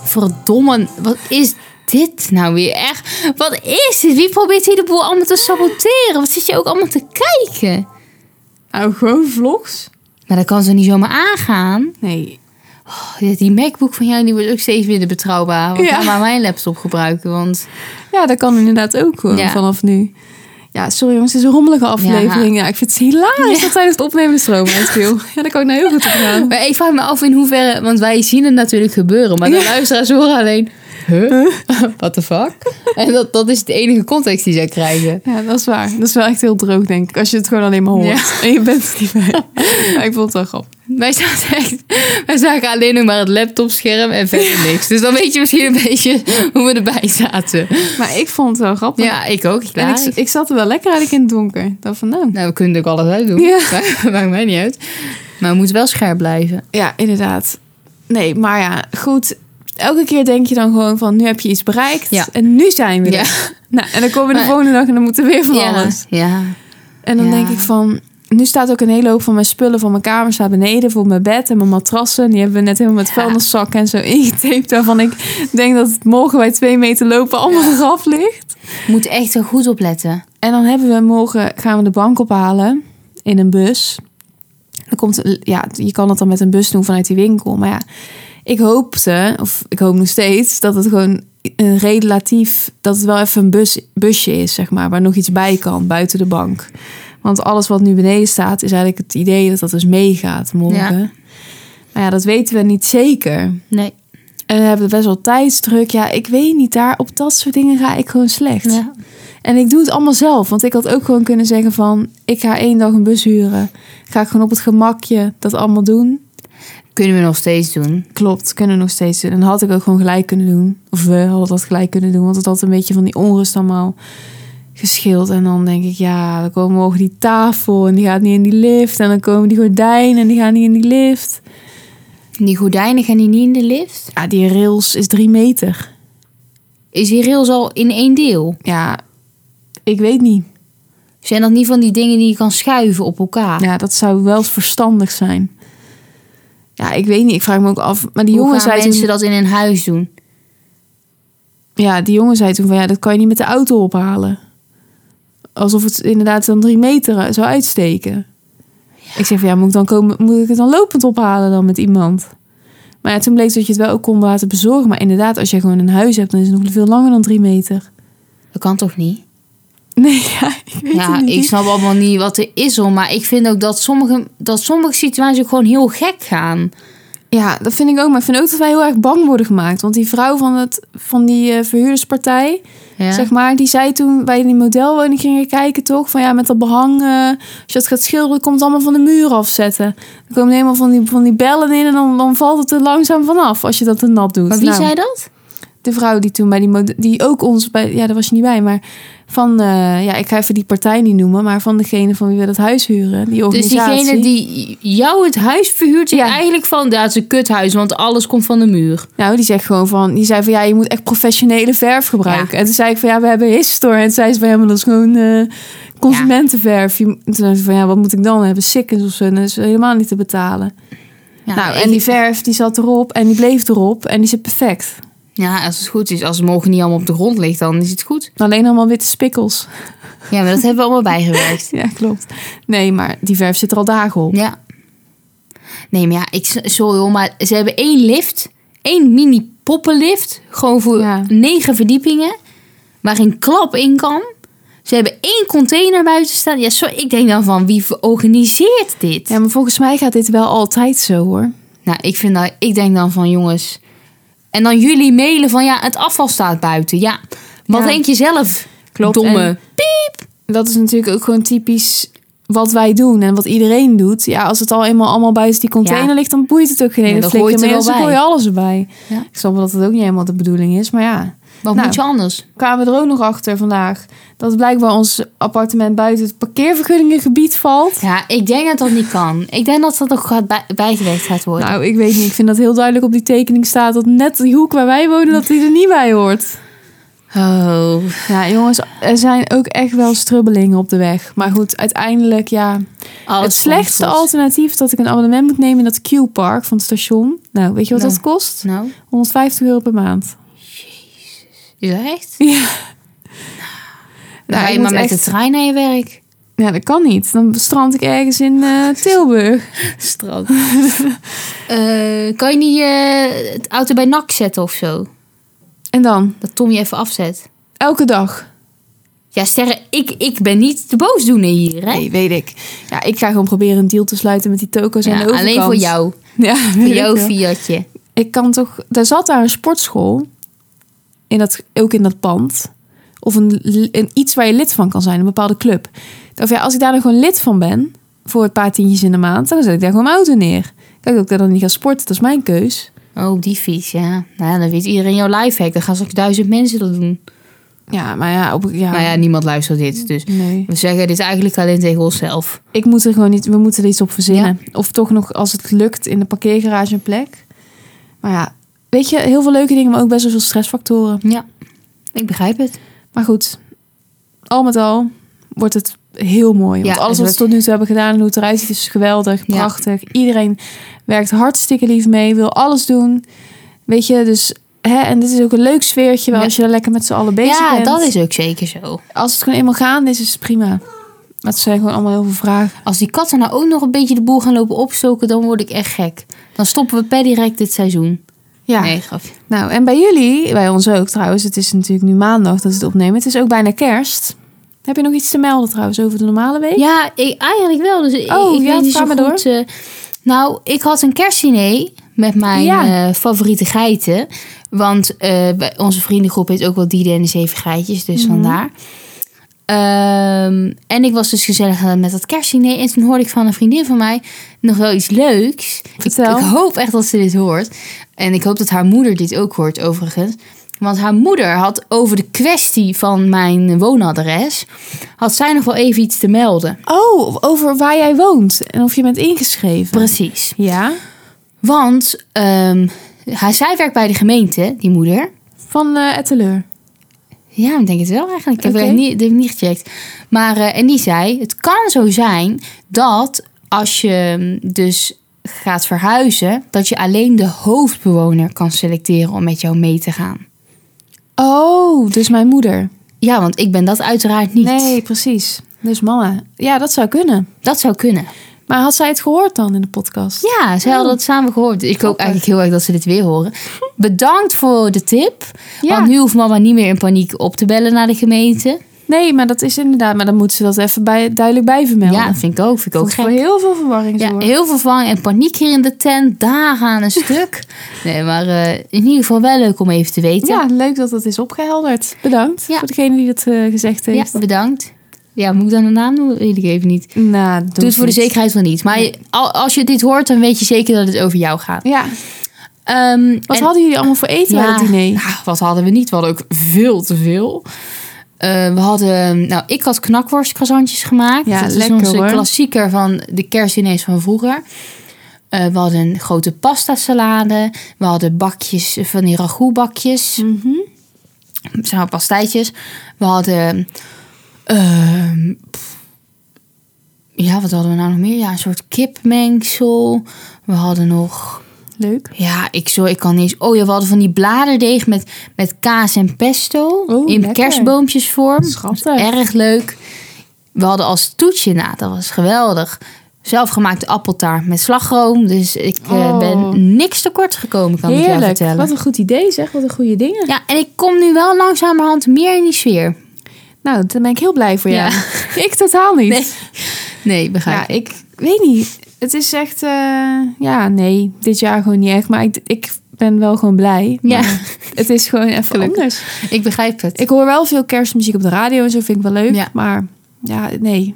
Speaker 2: verdomme, wat is dit nou weer echt? Wat is dit? Wie probeert hier de boel allemaal te saboteren? Wat zit je ook allemaal te kijken?
Speaker 1: nou, gewoon vlogs.
Speaker 2: Maar dat kan ze niet zomaar aangaan.
Speaker 1: Nee,
Speaker 2: Ja, Oh, Die MacBook van jou die wordt ook steeds minder betrouwbaar. Want
Speaker 1: Ja.
Speaker 2: ga maar mijn laptop gebruiken. Want
Speaker 1: Ja, dat kan inderdaad ook gewoon
Speaker 2: Ja.
Speaker 1: vanaf nu. Ja, sorry jongens, het is een rommelige aflevering. Ja, ik vind het hilarisch dat tijdens het opnemen de stroom uitviel. Ja, daar kan ik nou heel goed op gaan.
Speaker 2: maar ik vraag me af in hoeverre. Want wij zien het natuurlijk gebeuren. Maar de
Speaker 1: Ja.
Speaker 2: luisteraars horen alleen. huh? What the fuck? en dat, dat is de enige context die zij krijgen.
Speaker 1: Ja, dat is waar. Dat is wel echt heel droog, denk ik. Als je het gewoon alleen maar hoort. En je bent er niet bij. Maar ik vond het wel grappig.
Speaker 2: Wij, zaten echt, wij zagen alleen nog maar het laptopscherm en verder niks. Dus dan weet je misschien een beetje hoe we erbij zaten.
Speaker 1: Maar ik vond het wel grappig.
Speaker 2: Ja, ik ook.
Speaker 1: en
Speaker 2: klaar.
Speaker 1: ik, ik zat er wel lekker eigenlijk in het donker. Dan van nou.
Speaker 2: Nou, we kunnen ook alles uitdoen.
Speaker 1: Ja.
Speaker 2: Maakt- Maakt mij niet uit. Maar we moeten wel scherp blijven.
Speaker 1: Ja, inderdaad. Nee, maar ja, goed. Elke keer denk je dan gewoon van, nu heb je iets bereikt.
Speaker 2: Ja.
Speaker 1: En nu zijn we er.
Speaker 2: Ja.
Speaker 1: Nou, en dan komen we de
Speaker 2: Maar-
Speaker 1: volgende dag en dan moeten we weer van Oh, alles.
Speaker 2: Ja.
Speaker 1: En dan
Speaker 2: Ja.
Speaker 1: denk ik van... Nu staat ook een hele hoop van mijn spullen van mijn kamer staat beneden. Voor mijn bed en mijn matrassen. Die hebben we net helemaal met
Speaker 2: Ja.
Speaker 1: vuilniszakken en zo ingetaped. Waarvan ik denk dat het morgen bij twee meter lopen allemaal eraf ligt.
Speaker 2: Moet echt er goed op letten.
Speaker 1: En dan hebben we morgen, gaan we de bank ophalen in een bus. Dan komt, ja, je kan het dan met een bus doen vanuit die winkel. Maar ja, ik hoopte, of ik hoop nog steeds, dat het gewoon een relatief, dat het wel even een bus, busje is, zeg maar, waar nog iets bij kan buiten de bank. Want alles wat nu beneden staat, is eigenlijk het idee dat dat dus meegaat morgen. Maar ja, dat weten we niet zeker.
Speaker 2: Nee.
Speaker 1: En we hebben best wel tijdsdruk. Ja, ik weet niet, daar op dat soort dingen ga ik gewoon slecht.
Speaker 2: Ja.
Speaker 1: En ik doe het allemaal zelf. Want ik had ook gewoon kunnen zeggen van... ik ga één dag een bus huren. Ga ik gewoon op het gemakje dat allemaal doen.
Speaker 2: Kunnen we nog steeds doen.
Speaker 1: Klopt, kunnen we nog steeds doen. En dat had ik ook gewoon gelijk kunnen doen. Of we hadden dat gelijk kunnen doen. Want het had een beetje van die onrust allemaal geschild. En dan denk ik, ja, dan komen morgen die tafel... en die gaat niet in die lift. En dan komen die gordijnen en die gaan niet in die lift.
Speaker 2: Die gordijnen gaan die niet in de lift.
Speaker 1: Ja, die rails is drie meter.
Speaker 2: Is die rails al in één deel?
Speaker 1: Ja, ik weet niet.
Speaker 2: Zijn dat niet van die dingen die je kan schuiven op elkaar?
Speaker 1: Ja, dat zou wel eens verstandig zijn. Ja, ik weet niet. Ik vraag me ook af. Maar die
Speaker 2: Hoe
Speaker 1: jongen
Speaker 2: gaan
Speaker 1: zei
Speaker 2: mensen
Speaker 1: toen,
Speaker 2: dat in een huis doen?
Speaker 1: ja, die jongen zei toen van ja, dat kan je niet met de auto ophalen. Alsof het inderdaad dan drie meter zou uitsteken. Ik zeg van ja, moet ik, dan komen, moet ik het dan lopend ophalen dan met iemand? Maar ja, toen bleek dat je het wel ook kon laten bezorgen. Maar inderdaad, als je gewoon een huis hebt, dan is het nog veel langer dan drie meter.
Speaker 2: Dat kan toch niet?
Speaker 1: Nee, ja, ik weet
Speaker 2: Ja,
Speaker 1: het niet.
Speaker 2: ik snap allemaal niet wat er is om. Maar ik vind ook dat sommige, dat sommige situaties ook gewoon heel gek gaan.
Speaker 1: Ja, dat vind ik ook. Maar ik vind ook dat wij heel erg bang worden gemaakt. Want die vrouw van, het, van die eh, verhuurderspartij,
Speaker 2: Ja.
Speaker 1: Zeg maar, die zei toen wij in die modelwoning gingen kijken, toch? Van ja, met dat behang, eh, als je dat gaat schilderen, komt het allemaal van de muur afzetten. Dan komen helemaal van die, van die bellen in en dan, dan valt het er langzaam vanaf als je dat te nat doet.
Speaker 2: maar wie
Speaker 1: Nou,
Speaker 2: zei dat?
Speaker 1: De vrouw die toen bij die mode- die ook ons bij, ja, daar was je niet bij, maar van, eh, ja, ik ga even die partij niet noemen, maar van degene van wie we dat huis huren, die
Speaker 2: Dus
Speaker 1: organisatie.
Speaker 2: diegene die jou het huis verhuurt, zegt
Speaker 1: Ja.
Speaker 2: eigenlijk van, ja, het is een kuthuis, want alles komt van de muur.
Speaker 1: Nou, die zegt gewoon van, die zei van ja, je moet echt professionele verf gebruiken. En toen zei ik van ja, we hebben Histor. En toen zei ze van ja, maar dat is gewoon eh, consumentenverf. Je- Toen zei ze van ja, wat moet ik dan hebben? Sikkens of zo. En dat is helemaal niet te betalen.
Speaker 2: Ja,
Speaker 1: nou,
Speaker 2: ik-
Speaker 1: en die verf die zat erop en die bleef erop en die zit perfect.
Speaker 2: ja, als het goed is, als het morgen niet allemaal op de grond ligt, dan is het goed.
Speaker 1: Alleen allemaal witte spikkels.
Speaker 2: Ja, maar dat hebben we allemaal bijgewerkt.
Speaker 1: Ja, klopt. Nee, maar die verf zit er al dagen op.
Speaker 2: Ja. Nee, maar ja, ik, sorry hoor, maar ze hebben één lift. één mini poppenlift. Gewoon voor
Speaker 1: Ja.
Speaker 2: negen verdiepingen. Waar geen klap in kan. Ze hebben één container buiten staan. Ja, sorry, ik denk dan van wie organiseert dit?
Speaker 1: Ja, maar volgens mij gaat dit wel altijd zo hoor.
Speaker 2: Nou, ik, vind dat, ik denk dan van jongens. En dan jullie mailen van ja, het afval staat buiten. Ja, wat
Speaker 1: Ja.
Speaker 2: denk je zelf?
Speaker 1: Klopt,
Speaker 2: Domme.
Speaker 1: en- dat is natuurlijk ook gewoon typisch wat wij doen en wat iedereen doet. Ja, als het al eenmaal allemaal buiten die container
Speaker 2: Ja.
Speaker 1: ligt, dan boeit het ook geen
Speaker 2: Ja,
Speaker 1: ene
Speaker 2: dan gooi je
Speaker 1: flikker
Speaker 2: het
Speaker 1: meer. Dus dan
Speaker 2: er wel bij.
Speaker 1: gooi je alles erbij.
Speaker 2: Ja.
Speaker 1: Ik snap wel dat het ook niet helemaal de bedoeling is, maar ja.
Speaker 2: Wat
Speaker 1: Nou.
Speaker 2: moet je anders?
Speaker 1: Kwamen we er ook nog achter vandaag dat blijkbaar ons appartement buiten het parkeervergunningengebied valt.
Speaker 2: Ja, ik denk dat dat niet kan. Ik denk dat dat ook gaat bij, bijgewerkt gaat worden.
Speaker 1: Nou, ik weet niet. Ik vind dat heel duidelijk op die tekening staat dat net die hoek waar wij wonen, dat die er niet bij hoort. Nou.
Speaker 2: Oh.
Speaker 1: Ja, jongens, er zijn ook echt wel strubbelingen op de weg. Maar goed, uiteindelijk, ja,
Speaker 2: Alles
Speaker 1: het slechtste
Speaker 2: komt tot-
Speaker 1: alternatief dat ik een abonnement moet nemen in dat Q-park van het station. Nou, weet je wat
Speaker 2: Nou.
Speaker 1: dat kost?
Speaker 2: Nou,
Speaker 1: 150 euro per maand.
Speaker 2: is dat echt?
Speaker 1: Ja. Nou,
Speaker 2: Dan ga
Speaker 1: ik
Speaker 2: je
Speaker 1: moet
Speaker 2: maar met
Speaker 1: echt-
Speaker 2: de trein naar je werk.
Speaker 1: Ja, dat kan niet. Dan strand ik ergens in eh, Tilburg.
Speaker 2: Strand. kan je niet eh, het auto bij NAC zetten of zo?
Speaker 1: En dan?
Speaker 2: Dat Tom je even afzet.
Speaker 1: Elke dag.
Speaker 2: Ja, Sterre, ik, ik ben niet de boosdoener hier, hè?
Speaker 1: Nee, weet ik. Ja, ik ga gewoon proberen een deal te sluiten met die toko's aan
Speaker 2: Ja,
Speaker 1: de overkant.
Speaker 2: alleen voor jou.
Speaker 1: Ja,
Speaker 2: Voor
Speaker 1: weet ik
Speaker 2: jouw
Speaker 1: wel.
Speaker 2: Fiatje.
Speaker 1: Ik kan toch... Er zat daar een sportschool. in dat, ook in dat pand. Of een, een, iets waar je lid van kan zijn, een bepaalde club. Of ja, als ik daar dan gewoon lid van ben, voor een paar tientjes in de maand, dan zet ik daar gewoon mijn auto neer. Kijk, dat ik daar dan niet ga sporten, dat is mijn keus.
Speaker 2: Oh, op die fiets, ja. Nou, ja, dan weet iedereen jouw lifehack. Dan gaan straks duizend mensen dat doen.
Speaker 1: Ja, maar ja, op, ja,
Speaker 2: Nou ja, niemand luistert dit. Dus
Speaker 1: nee.
Speaker 2: we zeggen dit eigenlijk alleen tegen onszelf.
Speaker 1: Ik moet er gewoon niet, we moeten er iets op verzinnen. Of toch nog, als het lukt, in de parkeergarage een plek. Maar ja, weet je, heel veel leuke dingen, maar ook best wel veel stressfactoren.
Speaker 2: Ja, ik begrijp het.
Speaker 1: Maar goed, al met al wordt het heel mooi. Want
Speaker 2: Ja,
Speaker 1: alles
Speaker 2: het
Speaker 1: wat we tot nu toe hebben gedaan en hoe het eruit ziet, is geweldig,
Speaker 2: Ja.
Speaker 1: prachtig. Iedereen werkt hartstikke lief mee, wil alles doen. Weet je, dus... Hè, en dit is ook een leuk sfeertje, wel
Speaker 2: Ja.
Speaker 1: als je er lekker met z'n allen bezig
Speaker 2: ja,
Speaker 1: bent.
Speaker 2: dat is ook zeker zo.
Speaker 1: Als het gewoon eenmaal gaande is, is het prima. Maar het zijn gewoon allemaal heel veel vragen.
Speaker 2: Als die katten nou ook nog een beetje de boel gaan lopen opstoken, dan word ik echt gek. Dan stoppen we per direct dit seizoen.
Speaker 1: Ja.
Speaker 2: Nee, grapje.
Speaker 1: Nou, en bij jullie, bij ons ook trouwens. Het is natuurlijk nu maandag dat we het opnemen. Het is ook bijna kerst. Heb je nog iets te melden trouwens over de normale week?
Speaker 2: Ja, ik, eigenlijk wel. Dus ik-
Speaker 1: Oh,
Speaker 2: ik
Speaker 1: ja,
Speaker 2: weet niet
Speaker 1: ga
Speaker 2: zo
Speaker 1: maar
Speaker 2: goed. eh, nou, ik had een kerstdiner met mijn
Speaker 1: Ja.
Speaker 2: eh, favoriete geiten. Want eh, bij onze vriendengroep heet ook wel Diede en de Zeven Geitjes.
Speaker 1: Mhm.
Speaker 2: Dus vandaar. Ehm, en ik was dus gezellig eh, met dat kerstdiner. En toen hoorde ik van een vriendin van mij nog wel iets leuks. Ik,
Speaker 1: Vertel.
Speaker 2: ik hoop echt dat ze dit hoort. En ik hoop dat haar moeder dit ook hoort overigens. Want haar moeder had over de kwestie van mijn woonadres... had zij nog wel even iets te melden.
Speaker 1: Oh, over waar jij woont en of je bent ingeschreven.
Speaker 2: Precies.
Speaker 1: Ja,
Speaker 2: Want ehm, haar, zij werkt bij de gemeente, die moeder.
Speaker 1: van eh Etteleur.
Speaker 2: Ja, ik denk het wel eigenlijk. Ik heb
Speaker 1: Oké.
Speaker 2: het niet, dit heb ik niet gecheckt. Maar, eh, en die zei, het kan zo zijn dat als je mm, dus gaat verhuizen, dat je alleen de hoofdbewoner kan selecteren om met jou mee te gaan.
Speaker 1: Oh, dus mijn moeder.
Speaker 2: Ja, want ik ben dat uiteraard niet.
Speaker 1: Nee, precies. Dus mama. Ja, dat zou kunnen.
Speaker 2: Dat zou kunnen.
Speaker 1: Maar had zij het gehoord dan in de podcast?
Speaker 2: Ja, ze
Speaker 1: oh.
Speaker 2: hadden dat samen gehoord. Ik hoop eigenlijk heel erg dat ze dit weer horen. Bedankt voor de tip.
Speaker 1: Ja.
Speaker 2: Want nu hoeft mama niet meer in paniek op te bellen naar de gemeente.
Speaker 1: Nee, maar dat is inderdaad. Maar dan moet ze dat even bij, duidelijk bijvermelden.
Speaker 2: Ja, vind ik ook. Vind ik ook
Speaker 1: Komt voor
Speaker 2: gek.
Speaker 1: heel veel verwarring
Speaker 2: Ja,
Speaker 1: voor.
Speaker 2: heel veel vang en paniek hier in de tent. Daar aan een stuk. Nee, maar eh, in ieder geval wel leuk om even te weten.
Speaker 1: Ja, leuk dat dat is opgehelderd. Bedankt
Speaker 2: Ja.
Speaker 1: voor degene die dat eh, gezegd
Speaker 2: Ja,
Speaker 1: heeft.
Speaker 2: bedankt. Ja, moet ik dan de naam noemen? Weet ik even niet.
Speaker 1: Nou, doe,
Speaker 2: Doe het voor de
Speaker 1: niet.
Speaker 2: zekerheid wel niet. Maar je- al- als je dit hoort, dan weet je zeker dat het over jou gaat.
Speaker 1: Ja.
Speaker 2: Ehm,
Speaker 1: Wat
Speaker 2: en-
Speaker 1: hadden jullie allemaal voor eten bij het diner?
Speaker 2: nou, wat hadden we niet? We hadden ook veel te veel. Eh, we hadden, nou, ik had knakworstcroissantjes gemaakt.
Speaker 1: Ja,
Speaker 2: dat
Speaker 1: lekker,
Speaker 2: is onze
Speaker 1: hoor.
Speaker 2: klassieker van de kerstdiners van vroeger. Eh, we hadden een grote pasta salade. We hadden bakjes eh, van die ragoutbakjes.
Speaker 1: Mhm.
Speaker 2: Zeg maar pastijtjes. We hadden... ehm, pff, ja, wat hadden we nou nog meer? Ja, een soort kipmengsel. We hadden nog...
Speaker 1: Leuk.
Speaker 2: Ja, ik, zo, ik kan niet eens... Oh ja, we hadden van die bladerdeeg met, met kaas en pesto.
Speaker 1: Oh,
Speaker 2: in
Speaker 1: lekker.
Speaker 2: kerstboomtjesvorm.
Speaker 1: Schattig.
Speaker 2: Erg leuk. We hadden als toetje, nou, dat was geweldig. Zelfgemaakte appeltaart met slagroom. Dus ik eh,
Speaker 1: Oh.
Speaker 2: ben niks tekort gekomen, kan ik jou
Speaker 1: Heerlijk.
Speaker 2: vertellen.
Speaker 1: Wat een goed idee zeg. Wat een goede dingen.
Speaker 2: Ja, en ik kom nu wel langzamerhand meer in die sfeer.
Speaker 1: Nou, daar ben ik heel blij voor jou. ik totaal niet.
Speaker 2: Nee, nee begrijp
Speaker 1: Ja, ik weet niet. Het is echt... eh, ja, nee. Dit jaar gewoon niet echt. Maar ik, ik ben wel gewoon blij.
Speaker 2: Ja.
Speaker 1: Maar Het is gewoon even
Speaker 2: Gelukkig.
Speaker 1: anders.
Speaker 2: ik. Ik begrijp het.
Speaker 1: Ik hoor wel veel kerstmuziek op de radio en zo vind ik wel leuk.
Speaker 2: Ja.
Speaker 1: Maar ja, nee.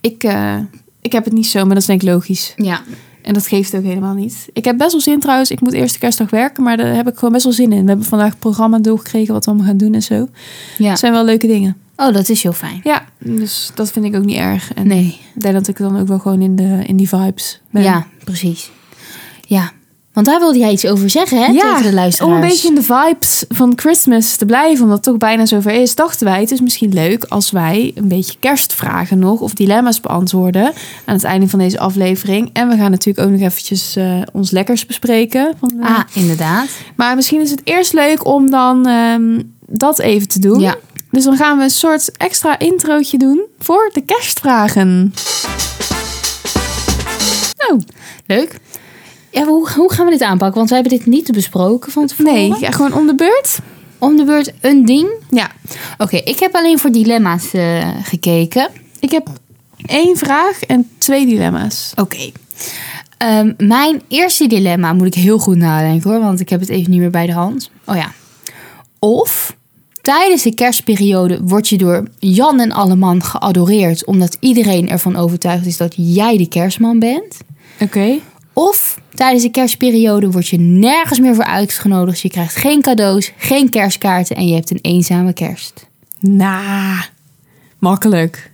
Speaker 1: Ik, eh, ik heb het niet zo, maar dat is denk ik logisch.
Speaker 2: ja.
Speaker 1: En dat geeft ook helemaal niet. Ik heb best wel zin trouwens. Ik moet eerst de kerstdag werken, maar daar heb ik gewoon best wel zin in. We hebben vandaag het programma doorgekregen wat we allemaal gaan doen en zo.
Speaker 2: ja.
Speaker 1: Het zijn wel leuke dingen.
Speaker 2: Oh, dat is heel fijn.
Speaker 1: Ja, dus dat vind ik ook niet erg. En
Speaker 2: Nee.
Speaker 1: ik denk dat ik dan ook wel gewoon in, de, in die vibes ben.
Speaker 2: Ja, precies. Ja, want daar wilde jij iets over zeggen, hè?
Speaker 1: Ja,
Speaker 2: tegen de
Speaker 1: om
Speaker 2: luisteraars.
Speaker 1: een beetje in de vibes van Christmas te blijven, omdat het toch bijna zover is, dachten wij het is misschien leuk als wij een beetje kerstvragen nog of dilemma's beantwoorden aan het einde van deze aflevering. En we gaan natuurlijk ook nog eventjes eh, ons lekkers bespreken. Van de-
Speaker 2: Ah, inderdaad.
Speaker 1: Maar misschien is het eerst leuk om dan ehm, dat even te doen.
Speaker 2: Ja.
Speaker 1: Dus dan gaan we een soort extra introotje doen voor de kerstvragen. Nou,
Speaker 2: Leuk. Ja, maar hoe, hoe gaan we dit aanpakken? Want we hebben dit niet besproken van tevoren.
Speaker 1: nee, ja, gewoon om de beurt.
Speaker 2: Om de beurt een ding.
Speaker 1: Ja,
Speaker 2: Oké, ik heb alleen voor dilemma's eh, gekeken. Oké.
Speaker 1: ik heb één vraag en twee dilemma's.
Speaker 2: Ehm, mijn eerste dilemma moet ik heel goed nadenken hoor, want ik heb het even niet meer bij de hand. Oh ja. Of tijdens de kerstperiode word je door Jan en Alleman geadoreerd omdat iedereen ervan overtuigd is dat jij de kerstman bent.
Speaker 1: Oké.
Speaker 2: Of tijdens de kerstperiode word je nergens meer voor uitgenodigd. Je krijgt geen cadeaus, geen kerstkaarten en je hebt een eenzame kerst.
Speaker 1: Nou, makkelijk.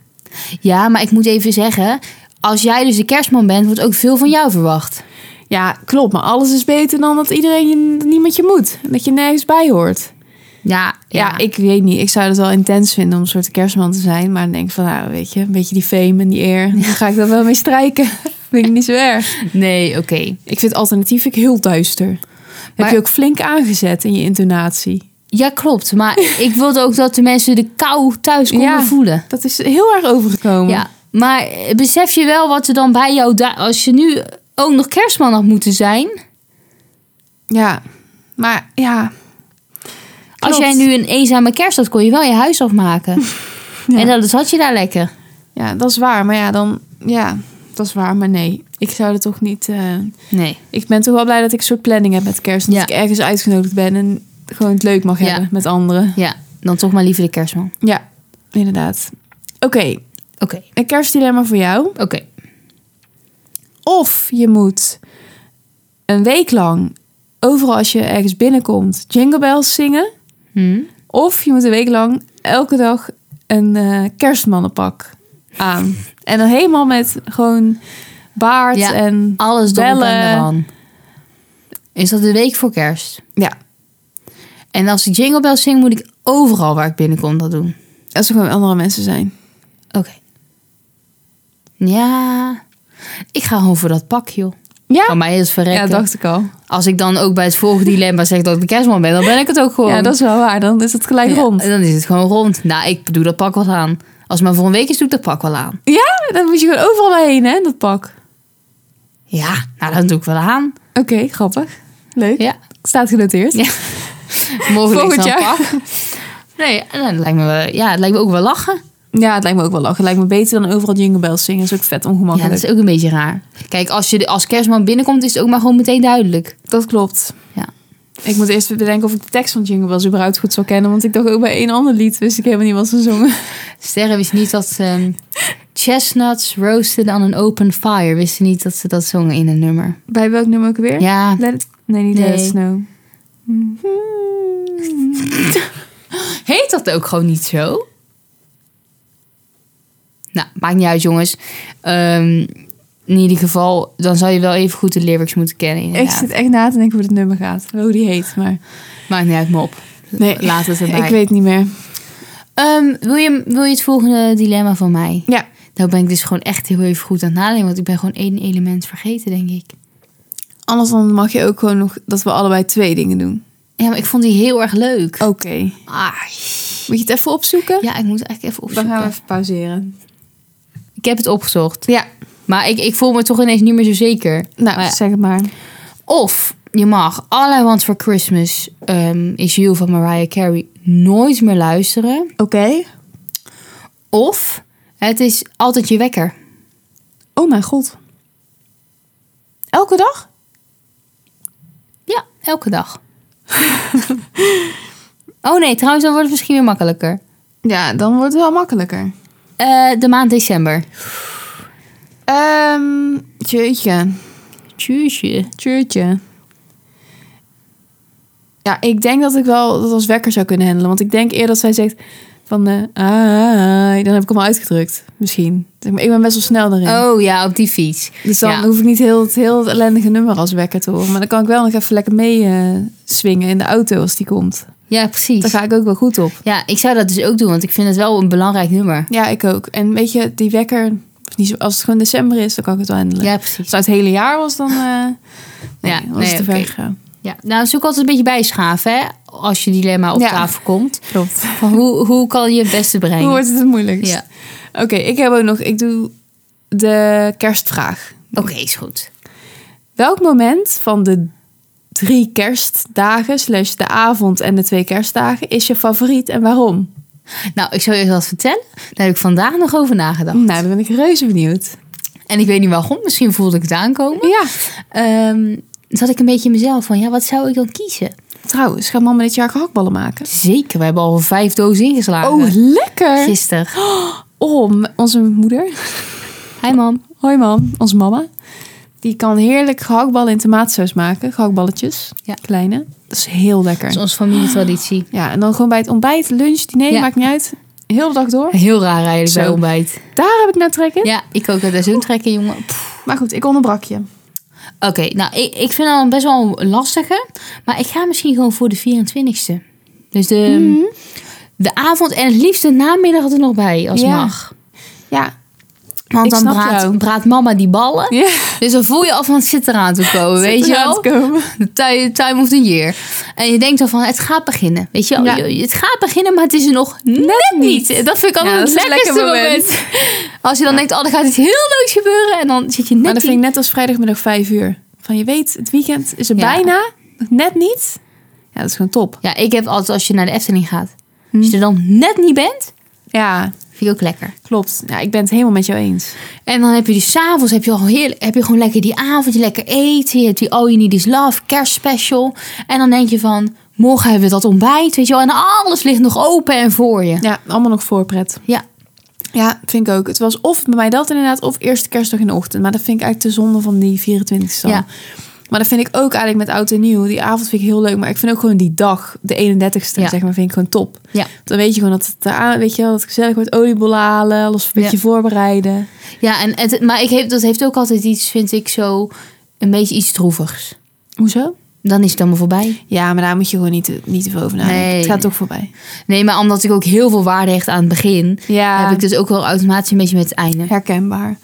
Speaker 2: Ja, maar ik moet even zeggen, als jij dus de kerstman bent, wordt ook veel van jou verwacht.
Speaker 1: Ja, klopt. Maar alles is beter dan dat iedereen je, niemand je moet. en Dat je nergens bij hoort.
Speaker 2: Ja,
Speaker 1: Ja.
Speaker 2: ja,
Speaker 1: ik weet niet. Ik zou het wel intens vinden om een soort kerstman te zijn. Maar dan denk ik van, nou weet je, een beetje die fame en die eer. Dan ga ik daar wel mee strijken. vind ik niet zo erg.
Speaker 2: Nee, oké.
Speaker 1: Ik vind alternatief vind ik heel duister. Heb
Speaker 2: Maar-
Speaker 1: je ook flink aangezet in je intonatie.
Speaker 2: Ja, klopt. Maar ik wilde ook dat de mensen de kou thuis konden
Speaker 1: Ja.
Speaker 2: voelen.
Speaker 1: Dat is heel erg overgekomen.
Speaker 2: Ja, maar eh, besef je wel wat er dan bij jou... da- Als je nu ook nog kerstman had moeten zijn...
Speaker 1: Ja. Maar ja,
Speaker 2: Als
Speaker 1: Klopt.
Speaker 2: jij nu een eenzame kerst had, kon je wel je huis afmaken.
Speaker 1: Ja.
Speaker 2: En dat had je daar lekker.
Speaker 1: ja, dat is waar. Maar ja, dan... Ja, dat is waar. Maar nee, ik zou er toch niet... eh,
Speaker 2: Nee.
Speaker 1: Ik ben toch wel blij dat ik een soort planning heb met kerst. Dat
Speaker 2: Ja.
Speaker 1: ik ergens uitgenodigd ben en gewoon het leuk mag
Speaker 2: Ja.
Speaker 1: hebben met anderen.
Speaker 2: Ja, dan toch maar liever de kerstman.
Speaker 1: Ja, inderdaad. Oké,
Speaker 2: Oké,
Speaker 1: een kerstdilemma voor jou.
Speaker 2: oké.
Speaker 1: Of je moet een week lang overal als je ergens binnenkomt jingle bells zingen.
Speaker 2: Hm.
Speaker 1: Of je moet een week lang elke dag een eh, kerstmannenpak aan. En dan helemaal met gewoon baard
Speaker 2: Ja.
Speaker 1: en...
Speaker 2: Alles erop
Speaker 1: Bellen.
Speaker 2: en eraan. Is dat de week voor kerst?
Speaker 1: Ja,
Speaker 2: En als ik Jingle Bells zing, moet ik overal waar ik binnenkom dat doen.
Speaker 1: als er gewoon andere mensen zijn.
Speaker 2: Oké. Ja, ik ga gewoon voor dat pak, joh. Van
Speaker 1: Ja,
Speaker 2: mij is verrekken.
Speaker 1: ja dacht ik al.
Speaker 2: Als ik dan ook bij het vorige dilemma zeg dat ik de kerstman ben, dan ben ik het ook gewoon.
Speaker 1: Ja, dat is wel waar. Dan is het gelijk
Speaker 2: Ja,
Speaker 1: rond.
Speaker 2: en Dan is het gewoon rond. Nou, ik doe dat pak wel aan. Als het maar voor een week is, doe ik dat pak wel aan.
Speaker 1: Ja, dan moet je gewoon overal bij heen, hè, dat pak.
Speaker 2: Ja, nou, dat doe ik wel aan.
Speaker 1: Oké, grappig. Leuk.
Speaker 2: Ja,
Speaker 1: Staat genoteerd.
Speaker 2: Ja. morgen
Speaker 1: Volgend
Speaker 2: ligt dan een
Speaker 1: jaar.
Speaker 2: pak. Nee, en dan lijkt me, wel- ja, het lijkt me ook wel lachen.
Speaker 1: Ja, het lijkt me ook wel lachen. Het lijkt me beter dan overal jingle bells zingen. Dat is ook vet
Speaker 2: Ja, dat
Speaker 1: ongemakkelijk.
Speaker 2: is ook een beetje raar. Kijk, als je de- als kerstman binnenkomt, is het ook maar gewoon meteen duidelijk.
Speaker 1: dat klopt.
Speaker 2: Ja.
Speaker 1: Ik moet eerst bedenken of ik de tekst van Jingle Bells überhaupt goed zou kennen. Want ik dacht ook bij één ander lied wist ik helemaal niet wat ze zongen.
Speaker 2: Sterren wist niet dat ehm, chestnuts roasted on an open fire. Wisten niet dat ze dat zongen in een nummer.
Speaker 1: Bij welk nummer ook weer?
Speaker 2: Ja,
Speaker 1: Let it- Nee, niet Let It
Speaker 2: Nee.
Speaker 1: Snow.
Speaker 2: heet dat ook gewoon niet zo? Nou, maakt niet uit, jongens. Ehm, in ieder geval, dan zou je wel even goed de lyrics moeten kennen.
Speaker 1: Ik
Speaker 2: Inderdaad.
Speaker 1: zit echt na te denken hoe het nummer gaat. Hoe die heet, maar...
Speaker 2: Maakt niet uit, mop.
Speaker 1: Nee,
Speaker 2: Laat het erbij.
Speaker 1: ik weet niet meer.
Speaker 2: Ehm, wil, je, wil je het volgende dilemma van mij?
Speaker 1: Ja.
Speaker 2: Nou ben ik dus gewoon echt heel even goed aan het nadenken. Want ik ben gewoon één element vergeten, denk ik.
Speaker 1: Anders dan mag je ook gewoon nog dat we allebei twee dingen doen.
Speaker 2: Ja, maar ik vond die heel erg leuk.
Speaker 1: Oké.
Speaker 2: Ah,
Speaker 1: Moet je het even opzoeken?
Speaker 2: ja, ik moet eigenlijk even opzoeken.
Speaker 1: Dan gaan we even pauzeren.
Speaker 2: Ik heb het opgezocht.
Speaker 1: Ja,
Speaker 2: Maar ik, ik voel me toch ineens niet meer zo zeker.
Speaker 1: nou,
Speaker 2: Maar ja.
Speaker 1: zeg het maar.
Speaker 2: Of je mag All I Want For Christmas ehm, Is You van Mariah Carey nooit meer luisteren.
Speaker 1: Oké.
Speaker 2: Of het is altijd je wekker.
Speaker 1: Oh mijn god. Elke dag?
Speaker 2: Ja, elke dag. oh nee, trouwens, dan wordt het misschien weer makkelijker.
Speaker 1: Ja, dan wordt het wel makkelijker.
Speaker 2: Eh, de maand december.
Speaker 1: Ehm, tjeutje.
Speaker 2: Tjusje.
Speaker 1: Tjeutje. Ja, ik denk dat ik wel dat als wekker zou kunnen handelen. Want ik denk eerder dat zij zegt van... eh, ah, dan heb ik hem al uitgedrukt. Misschien. Zeg maar, Ik ben best wel snel daarin.
Speaker 2: Oh ja, op die fiets.
Speaker 1: dus dan
Speaker 2: ja.
Speaker 1: hoef ik niet heel, het heel het ellendige nummer als wekker te horen. Maar dan kan ik wel nog even lekker mee eh, swingen in de auto als die komt.
Speaker 2: Ja, precies.
Speaker 1: Daar ga ik ook wel goed op.
Speaker 2: Ja, ik zou dat dus ook doen, want ik vind het wel een belangrijk nummer.
Speaker 1: Ja, ik ook. En weet je, die wekker, is niet zo- als het gewoon december is, dan kan ik het wel handelen.
Speaker 2: Ja, precies.
Speaker 1: Als het het hele jaar was, dan eh nee,
Speaker 2: Ja,
Speaker 1: was
Speaker 2: nee,
Speaker 1: het te
Speaker 2: oké.
Speaker 1: ver gegaan.
Speaker 2: Ja. Nou, zoek altijd een beetje bijschaven, hè. Als je dilemma op
Speaker 1: Ja.
Speaker 2: tafel komt.
Speaker 1: Klopt.
Speaker 2: Van hoe, hoe kan je het beste
Speaker 1: Hoe
Speaker 2: brengen?
Speaker 1: wordt het het moeilijkst?
Speaker 2: Ja.
Speaker 1: Oké, ik heb ook nog, ik doe de kerstvraag.
Speaker 2: Oké, is goed.
Speaker 1: Welk moment van de drie kerstdagen, slash de avond en de twee kerstdagen, is je favoriet en waarom?
Speaker 2: Nou, ik zou je wat vertellen. Daar heb ik vandaag nog over nagedacht.
Speaker 1: Nou, dan ben ik reuze benieuwd.
Speaker 2: En ik weet niet waarom, misschien voelde ik het aankomen.
Speaker 1: Ja,
Speaker 2: Ehm zat ik een beetje in mezelf van, ja, wat zou ik dan kiezen?
Speaker 1: Trouwens, gaat mama dit jaar gehaktballen maken?
Speaker 2: Zeker, we hebben al vijf dozen ingeslagen.
Speaker 1: Oh, lekker!
Speaker 2: gisteren.
Speaker 1: Oh, m- onze moeder.
Speaker 2: Hi mam.
Speaker 1: Hoi mam, onze mama. Die kan heerlijk gehaktballen in tomaatsaus maken. Gehaktballetjes,
Speaker 2: Ja.
Speaker 1: kleine. Dat is heel
Speaker 2: Dat
Speaker 1: lekker.
Speaker 2: is onze familietraditie.
Speaker 1: Ja, en dan gewoon bij het ontbijt, lunch, diner,
Speaker 2: Ja.
Speaker 1: maakt niet uit. Heel de dag door.
Speaker 2: Heel raar eigenlijk
Speaker 1: Zo.
Speaker 2: bij ontbijt.
Speaker 1: Daar heb ik naar trek in.
Speaker 2: Ja, ik ook. Dat is een trekken, jongen. Pff.
Speaker 1: Maar goed, ik onderbrak je.
Speaker 2: Oké, nou, ik, ik vind dat een best wel een lastige. Maar ik ga misschien gewoon voor de 24ste. Dus de, de avond en het liefst de namiddag er nog bij, als
Speaker 1: Ja.
Speaker 2: mag.
Speaker 1: Ja.
Speaker 2: Want
Speaker 1: Ik
Speaker 2: dan
Speaker 1: snap
Speaker 2: braadt,
Speaker 1: jou.
Speaker 2: braadt mama die ballen.
Speaker 1: ja.
Speaker 2: Dus dan voel je al van het zit eraan te komen, weet je
Speaker 1: Zit eraan
Speaker 2: wel?
Speaker 1: te komen.
Speaker 2: De ti- time of the year. En je denkt dan van, het gaat beginnen. Weet je wel,
Speaker 1: Ja.
Speaker 2: Je- het gaat beginnen, maar het is er nog net niet. Dat vind ik altijd
Speaker 1: Ja, dat
Speaker 2: het
Speaker 1: is een
Speaker 2: lekkerste
Speaker 1: lekker
Speaker 2: moment.
Speaker 1: moment.
Speaker 2: Als je dan denkt, oh, dan gaat iets heel leuks gebeuren. En dan zit je
Speaker 1: Maar
Speaker 2: net
Speaker 1: dat
Speaker 2: die-
Speaker 1: vind ik net als vrijdagmiddag vijf uur. Van je weet, het weekend is er
Speaker 2: Ja.
Speaker 1: bijna. nog Net niet. Ja, dat is gewoon top.
Speaker 2: Ja, ik heb altijd als je naar de Efteling gaat.
Speaker 1: Hm.
Speaker 2: Als je er dan net niet bent,
Speaker 1: Ja,
Speaker 2: vind ik ook lekker.
Speaker 1: klopt. Ja, ik ben het helemaal met jou eens.
Speaker 2: En dan heb je die s'avonds, heb je al heerlijk, heb je gewoon lekker die avond, je lekker eten. Je hebt die All You Need Is Love, kerstspecial. En dan denk je van, morgen hebben we dat ontbijt, weet je wel. En alles ligt nog open en voor je.
Speaker 1: Ja, allemaal nog voorpret.
Speaker 2: Ja,
Speaker 1: Ja, vind ik ook. Het was of bij mij dat inderdaad, of eerste kerstdag in de ochtend. Maar dat vind ik eigenlijk de zonde van die 24 e
Speaker 2: Ja.
Speaker 1: Maar dat vind ik ook eigenlijk met oud en nieuw. Die avond vind ik heel leuk. Maar ik vind ook gewoon die dag, de 31ste,
Speaker 2: Ja.
Speaker 1: zeg maar, vind ik gewoon top.
Speaker 2: ja.
Speaker 1: Dan weet je gewoon dat het, eraan- weet je wel, dat het gezellig wordt. Oliebollen halen, alles een beetje
Speaker 2: Ja.
Speaker 1: voorbereiden.
Speaker 2: ja en het, maar ik heb, dat heeft ook altijd iets, vind ik zo, een beetje iets droevigs.
Speaker 1: Hoezo?
Speaker 2: Dan is het allemaal voorbij.
Speaker 1: Ja, maar daar moet je gewoon niet, te- niet te veel over nadenken.
Speaker 2: Nee.
Speaker 1: Het gaat toch voorbij.
Speaker 2: Nee, maar omdat ik ook heel veel waarde hecht aan het begin,
Speaker 1: Ja,
Speaker 2: heb ik dus ook wel automatisch een beetje met het einde.
Speaker 1: herkenbaar.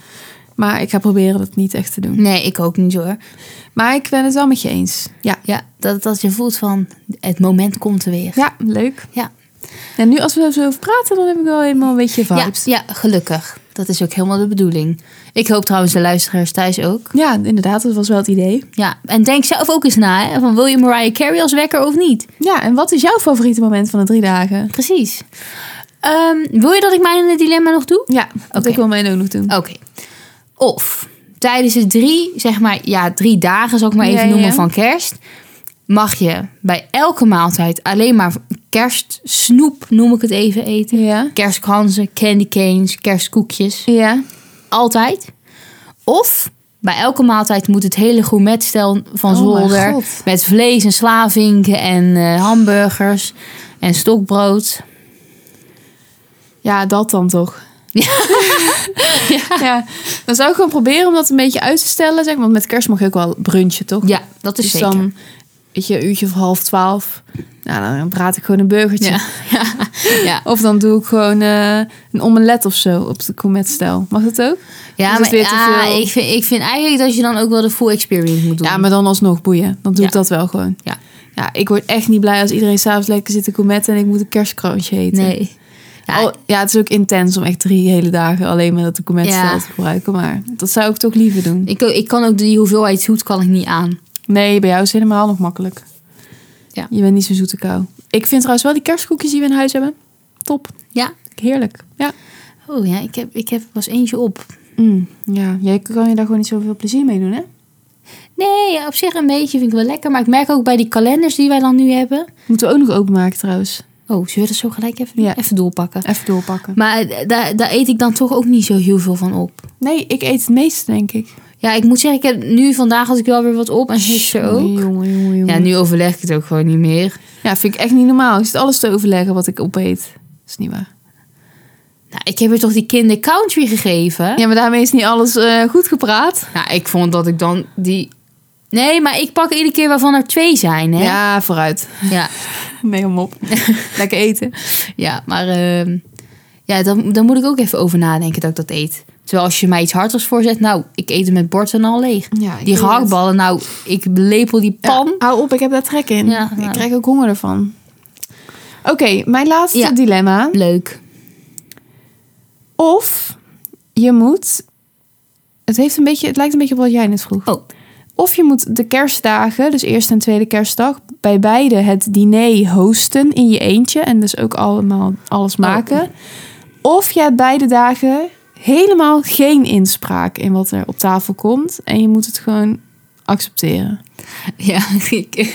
Speaker 1: Maar ik ga proberen dat niet echt te doen.
Speaker 2: Nee, ik ook niet hoor.
Speaker 1: Maar ik ben het wel met je eens. Ja.
Speaker 2: Ja, dat, dat je voelt van het moment komt er weer.
Speaker 1: Ja, leuk.
Speaker 2: Ja.
Speaker 1: En nu als we er zo over praten, dan heb ik wel helemaal een beetje
Speaker 2: Ja,
Speaker 1: vibes.
Speaker 2: ja, gelukkig. Dat is ook helemaal de bedoeling. Ik hoop trouwens de luisteraars thuis ook.
Speaker 1: Ja, inderdaad, dat was wel het idee.
Speaker 2: Ja, en denk zelf ook eens na. Hè, van wil je Mariah Carey als wekker of niet?
Speaker 1: Ja, en wat is jouw favoriete moment van de drie dagen?
Speaker 2: Precies. Ehm, wil je dat ik mijn dilemma nog doe?
Speaker 1: Ja, dat
Speaker 2: Oké.
Speaker 1: ik wil mijn ook nog doen.
Speaker 2: Oké. Of tijdens de drie, zeg maar, ja, drie dagen zal ik maar even
Speaker 1: Ja, ja,
Speaker 2: noemen
Speaker 1: ja.
Speaker 2: van kerst. Mag je bij elke maaltijd alleen maar kerstsnoep, noem ik het even, eten.
Speaker 1: Oh, Ja.
Speaker 2: Kerstkransen, candy canes, kerstkoekjes.
Speaker 1: Ja.
Speaker 2: Altijd. Of bij elke maaltijd moet het hele gourmetstel van
Speaker 1: Oh mijn
Speaker 2: zolder...
Speaker 1: God.
Speaker 2: met vlees en slavinken en eh, hamburgers en stokbrood.
Speaker 1: Ja, dat dan toch. Ja. Dan zou ik gewoon proberen om dat een beetje uit te stellen. Zeg. maar, Want met kerst mag je ook wel brunchen, toch?
Speaker 2: Ja, dat is
Speaker 1: Dus
Speaker 2: zeker.
Speaker 1: dan, weet je, een uurtje of half twaalf. Nou, dan praat ik gewoon een burgertje.
Speaker 2: Ja. ja. ja.
Speaker 1: Of dan doe ik gewoon eh, een omelet of zo op de kometstijl. Mag dat ook?
Speaker 2: Ja,
Speaker 1: Is het
Speaker 2: maar
Speaker 1: weer te
Speaker 2: ah,
Speaker 1: veel?
Speaker 2: ik, vind, ik vind eigenlijk dat je dan ook wel de full experience moet doen.
Speaker 1: Ja, maar dan alsnog boeien. Dan doe ik
Speaker 2: Ja.
Speaker 1: dat wel gewoon.
Speaker 2: Ja.
Speaker 1: Ja, ik word echt niet blij als iedereen s'avonds lekker zit te kometten en ik moet een kerstkroontje eten.
Speaker 2: nee. Ja,
Speaker 1: Ja, ja, het is ook intens om echt drie hele dagen alleen maar dat de kometstijl
Speaker 2: Ja.
Speaker 1: te gebruiken. Maar dat zou ik toch liever doen.
Speaker 2: ik, ik kan ook die hoeveelheid zoet kan ik niet aan.
Speaker 1: Nee, bij jou is het helemaal nog makkelijk.
Speaker 2: Ja.
Speaker 1: Je bent niet zo zoete kou. Ik vind trouwens wel die kerstkoekjes die we in huis hebben. Top.
Speaker 2: Ja.
Speaker 1: Heerlijk. Ja.
Speaker 2: Oh ja, ik heb, ik heb pas eentje op.
Speaker 1: Mm, ja, jij kan je daar gewoon niet zoveel plezier mee doen, hè?
Speaker 2: Nee, ja, op zich een beetje vind ik wel lekker. Maar ik merk ook bij die kalenders die wij dan nu hebben.
Speaker 1: Moeten we ook nog openmaken trouwens.
Speaker 2: Oh, zullen we dat zo gelijk even,
Speaker 1: Ja.
Speaker 2: even doorpakken?
Speaker 1: Even doorpakken.
Speaker 2: Maar eh, daar, daar eet ik dan toch ook niet zo heel veel van op.
Speaker 1: Nee, ik eet het meeste, denk ik.
Speaker 2: Ja, ik moet zeggen, ik heb nu vandaag had ik wel weer wat op. En gisteren
Speaker 1: Nee,
Speaker 2: ook.
Speaker 1: jongen, jongen, jongen.
Speaker 2: Ja,
Speaker 1: Ja,
Speaker 2: nu overleg ik het ook gewoon niet meer.
Speaker 1: vind ik echt niet normaal. Ik zit alles te overleggen wat ik opeet. Dat is niet waar.
Speaker 2: Nou, ik heb er toch die kinder country gegeven?
Speaker 1: Ja, maar daarmee is niet alles eh, goed gepraat.
Speaker 2: Nou, ik vond dat ik dan die... Nee, maar ik pak iedere keer waarvan er twee zijn, hè?
Speaker 1: Ja, vooruit.
Speaker 2: Ja,
Speaker 1: Nee, om op. Lekker eten.
Speaker 2: ja maar ehm, ja, dan, dan moet ik ook even over nadenken dat ik dat eet. Terwijl als je mij iets harders voorzet, nou, ik eet hem met bord en al leeg.
Speaker 1: Ja, ik
Speaker 2: Die
Speaker 1: weet
Speaker 2: gehaktballen, nou, ik lepel die
Speaker 1: het. Ja,
Speaker 2: pan.
Speaker 1: hou op, ik heb daar trek in.
Speaker 2: Ja, nou.
Speaker 1: Ik krijg ook honger ervan. Oké, mijn laatste
Speaker 2: Ja.
Speaker 1: dilemma.
Speaker 2: Leuk.
Speaker 1: Of je moet... Het, heeft een beetje, het lijkt een beetje op wat jij net vroeg.
Speaker 2: Oh,
Speaker 1: Of je moet de kerstdagen, dus eerste en tweede kerstdag, bij beide het diner hosten in je eentje en dus ook allemaal
Speaker 2: Oh.
Speaker 1: alles maken. Of je hebt beide dagen helemaal geen inspraak in wat er op tafel komt en je moet het gewoon accepteren.
Speaker 2: Ja, ik,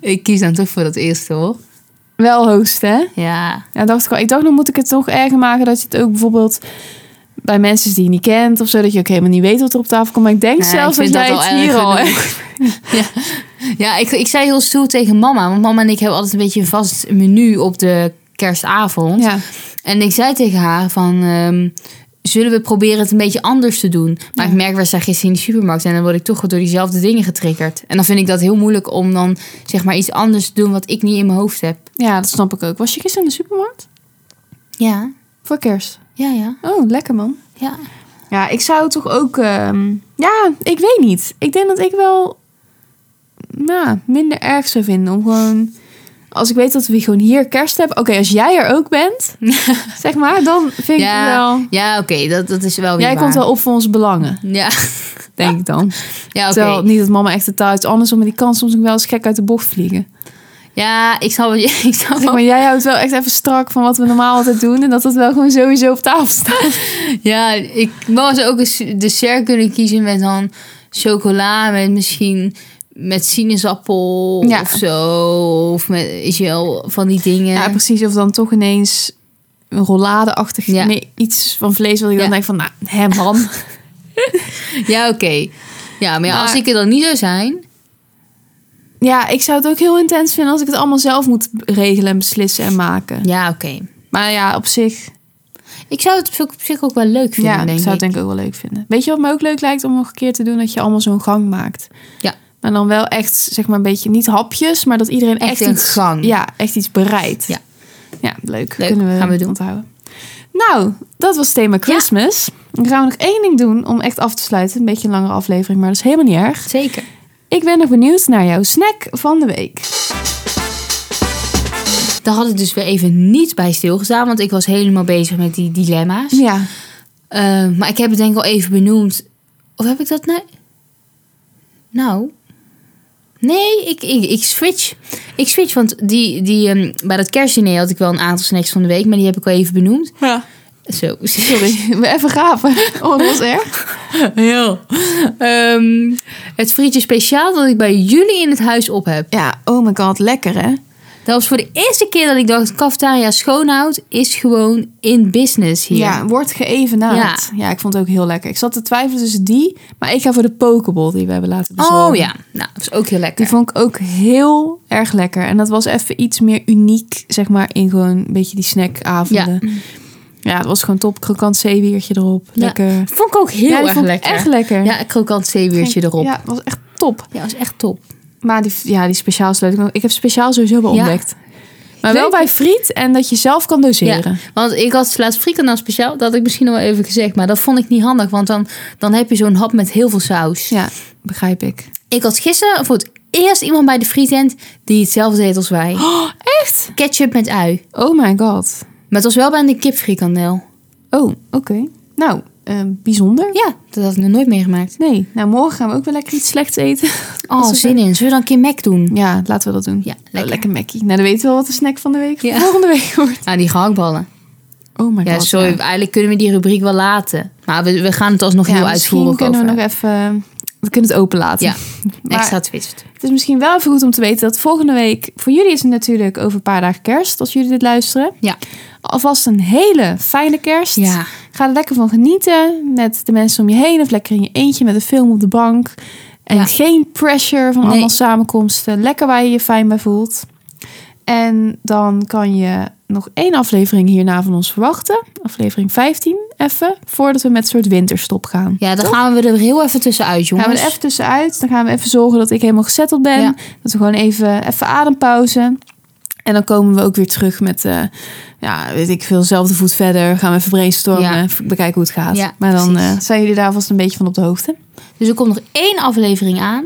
Speaker 2: ik kies dan toch voor dat eerste hoor.
Speaker 1: Wel hoogste, hè?
Speaker 2: Ja.
Speaker 1: Ja, dacht ik al. Ik dacht, dan moet ik het nog erger maken dat je het ook bijvoorbeeld bij mensen die je niet kent of zo, dat je ook helemaal niet weet wat er op tafel komt. Maar ik denk
Speaker 2: Nee,
Speaker 1: zelfs
Speaker 2: ik
Speaker 1: dat
Speaker 2: vind
Speaker 1: jij
Speaker 2: dat
Speaker 1: het
Speaker 2: al
Speaker 1: hier
Speaker 2: erg
Speaker 1: al.
Speaker 2: genoeg.
Speaker 1: echt-
Speaker 2: Ja, ik, ik zei heel stoer tegen mama. Want mama en ik hebben altijd een beetje een vast menu op de kerstavond.
Speaker 1: Ja.
Speaker 2: En ik zei tegen haar van... ehm, Zullen we proberen het een beetje anders te doen? Maar
Speaker 1: Ja.
Speaker 2: ik merk, we staan gisteren in de supermarkt... en dan word ik toch door diezelfde dingen getriggerd. En dan vind ik dat heel moeilijk om dan zeg maar iets anders te doen... wat ik niet in mijn hoofd heb.
Speaker 1: ja, dat snap ik ook. Was je gisteren in de supermarkt?
Speaker 2: Ja,
Speaker 1: Voor kerst.
Speaker 2: ja, ja.
Speaker 1: Oh, lekker man.
Speaker 2: ja.
Speaker 1: Ja, ik zou toch ook... ehm, ja, ik weet niet. Ik denk dat ik wel nou, minder erg zou vinden om gewoon... Als ik weet dat we gewoon hier kerst hebben... Oké, als jij er ook bent, zeg maar, dan vind ik het wel...
Speaker 2: Ja, oké, dat, dat is wel weer
Speaker 1: Jij
Speaker 2: waar.
Speaker 1: komt wel op voor onze belangen,
Speaker 2: Ja,
Speaker 1: denk ik dan.
Speaker 2: ja oké.
Speaker 1: Terwijl niet dat mama echt totaal iets anders om maar die kan soms ook wel eens gek uit de bocht vliegen.
Speaker 2: Ja, ik snap wat je... Ik snap
Speaker 1: Zeg
Speaker 2: wat-
Speaker 1: maar jij houdt wel echt even strak van wat we normaal altijd doen en dat dat wel gewoon sowieso op tafel staat.
Speaker 2: Ja, ik wou ze ook een s- dessert kunnen kiezen met dan chocola, met misschien met sinaasappel
Speaker 1: Ja.
Speaker 2: of zo. Of met, is je wel van die dingen.
Speaker 1: Ja, precies. Of dan toch ineens een rolladeachtig
Speaker 2: Ja.
Speaker 1: nee, iets van vlees wat ik dan
Speaker 2: Ja.
Speaker 1: denk van, nou, hè man.
Speaker 2: Ja, oké. Ja, maar ja,
Speaker 1: Maar-
Speaker 2: als ik er dan niet zou zijn...
Speaker 1: ja, ik zou het ook heel intens vinden als ik het allemaal zelf moet regelen en beslissen en maken.
Speaker 2: Ja, oké.
Speaker 1: Maar ja, op zich,
Speaker 2: Ik zou het op zich ook wel leuk vinden,
Speaker 1: ja, ik
Speaker 2: denk
Speaker 1: zou het
Speaker 2: ik.
Speaker 1: denk ik ook wel leuk vinden. Weet je wat me ook leuk lijkt om nog een keer te doen? Dat je allemaal zo'n gang maakt.
Speaker 2: Ja.
Speaker 1: Maar dan wel echt, zeg maar, een beetje niet hapjes, maar dat iedereen echt,
Speaker 2: Echt een
Speaker 1: iets,
Speaker 2: gang.
Speaker 1: Ja, echt iets bereidt.
Speaker 2: Ja.
Speaker 1: Ja, leuk.
Speaker 2: Leuk,
Speaker 1: Kunnen we,
Speaker 2: gaan we doen.
Speaker 1: onthouden. Nou, dat was het thema Christmas. Dan gaan we nog één ding doen om echt af te sluiten. Een beetje een langere aflevering, maar dat is helemaal niet erg.
Speaker 2: Zeker.
Speaker 1: Ik ben nog benieuwd naar jouw snack van de week.
Speaker 2: Daar had ik dus weer even niet bij stilgestaan, want ik was helemaal bezig met die dilemma's.
Speaker 1: Ja,
Speaker 2: Eh, maar ik heb het denk ik al even benoemd. Of heb ik dat nou? Nou. Nee, ik, ik, ik switch. Ik switch, want die, die, ehm, bij dat kerstdiner had ik wel een aantal snacks van de week. Maar die heb ik al even benoemd. Zo.
Speaker 1: sorry. We even gapen. Oh, dat was erg.
Speaker 2: Heel. Ehm, het frietje speciaal dat ik bij jullie in het huis op heb.
Speaker 1: Ja, oh my god, lekker hè?
Speaker 2: Dat was voor de eerste keer dat ik dacht... Cafetaria Schoonhout is gewoon in business hier.
Speaker 1: Ja, wordt geëvenaard. Ja. ik vond het ook heel lekker. Ik zat te twijfelen tussen die, maar ik ga voor de pokeball die we hebben laten bezorgen.
Speaker 2: Oh ja. Nou, dat is ook heel lekker.
Speaker 1: Die vond ik ook heel erg lekker. En dat was even iets meer uniek, zeg maar, in gewoon een beetje die snackavonden. Ja, ja het was gewoon top. Krokant zeewiertje erop.
Speaker 2: Ja.
Speaker 1: Lekker. Ja,
Speaker 2: Vond ik ook heel
Speaker 1: die
Speaker 2: erg
Speaker 1: vond ik
Speaker 2: lekker.
Speaker 1: echt lekker.
Speaker 2: Ja, een krokant zeewiertje erop.
Speaker 1: Ja, het was echt top.
Speaker 2: Ja, dat is echt top.
Speaker 1: Maar die, ja, die speciaal sluit ik nog. Ik heb speciaal sowieso wel
Speaker 2: Ja.
Speaker 1: ontdekt. Maar wel
Speaker 2: Leuk.
Speaker 1: bij friet en dat je zelf kan doseren.
Speaker 2: Want ik had laatst frikandel speciaal, dat had ik misschien al wel even gezegd, maar dat vond ik niet handig, want dan, dan heb je zo'n hap met heel veel saus.
Speaker 1: Ja, begrijp ik.
Speaker 2: Ik had gisteren voor het eerst iemand bij de frietent die hetzelfde deed als wij.
Speaker 1: Oh, echt?
Speaker 2: Ketchup met ui.
Speaker 1: Oh my god.
Speaker 2: Maar het was wel bij een kipfrikandel.
Speaker 1: Oh, oké. Nou, eh, bijzonder.
Speaker 2: Ja, dat had ik nog nooit meegemaakt.
Speaker 1: Nee, nou morgen gaan we ook wel lekker iets slechts eten.
Speaker 2: Oh, zin in. Zullen we dan een keer Mac doen?
Speaker 1: Ja, laten we dat doen.
Speaker 2: Ja,
Speaker 1: Oh,
Speaker 2: lekker.
Speaker 1: lekker Mackie. Nou, dan weten we wel wat de snack van de week
Speaker 2: Ja.
Speaker 1: volgende week wordt.
Speaker 2: Ja, Nou, die gehaktballen.
Speaker 1: Oh my god.
Speaker 2: Ja, sorry.
Speaker 1: ja.
Speaker 2: Eigenlijk kunnen we die rubriek wel laten. Maar we, we gaan het alsnog
Speaker 1: Ja,
Speaker 2: heel
Speaker 1: misschien
Speaker 2: uitvoerig
Speaker 1: kunnen
Speaker 2: over.
Speaker 1: we nog even... We kunnen het openlaten.
Speaker 2: Ja,
Speaker 1: Maar
Speaker 2: Extra twist.
Speaker 1: het is misschien wel even goed om te weten dat volgende week... Voor jullie is het natuurlijk over een paar dagen kerst, als jullie dit luisteren.
Speaker 2: Ja.
Speaker 1: Alvast een hele fijne kerst.
Speaker 2: Ja.
Speaker 1: Ga er lekker van genieten met de mensen om je heen. Of lekker in je eentje met een film op de bank. En
Speaker 2: Ja.
Speaker 1: geen pressure van
Speaker 2: Nee.
Speaker 1: allemaal samenkomsten. Lekker waar je je fijn bij voelt. En dan kan je nog één aflevering hierna van ons verwachten. Aflevering 15, even. Voordat we met een soort winterstop gaan.
Speaker 2: Ja, dan gaan we er heel even tussenuit, jongens.
Speaker 1: Gaan we er even tussenuit. Dan gaan we even zorgen dat ik helemaal gezetteld ben.
Speaker 2: Ja.
Speaker 1: Dat we gewoon even, even adempauze. En dan komen we ook weer terug met, eh, ja, weet ik veel, zelfde voet verder. Gaan we even brainstormen,
Speaker 2: Ja.
Speaker 1: v- bekijken hoe het gaat.
Speaker 2: Ja,
Speaker 1: maar dan
Speaker 2: precies.
Speaker 1: eh, zijn jullie daar vast een beetje van op de hoogte.
Speaker 2: Dus er komt nog één aflevering aan.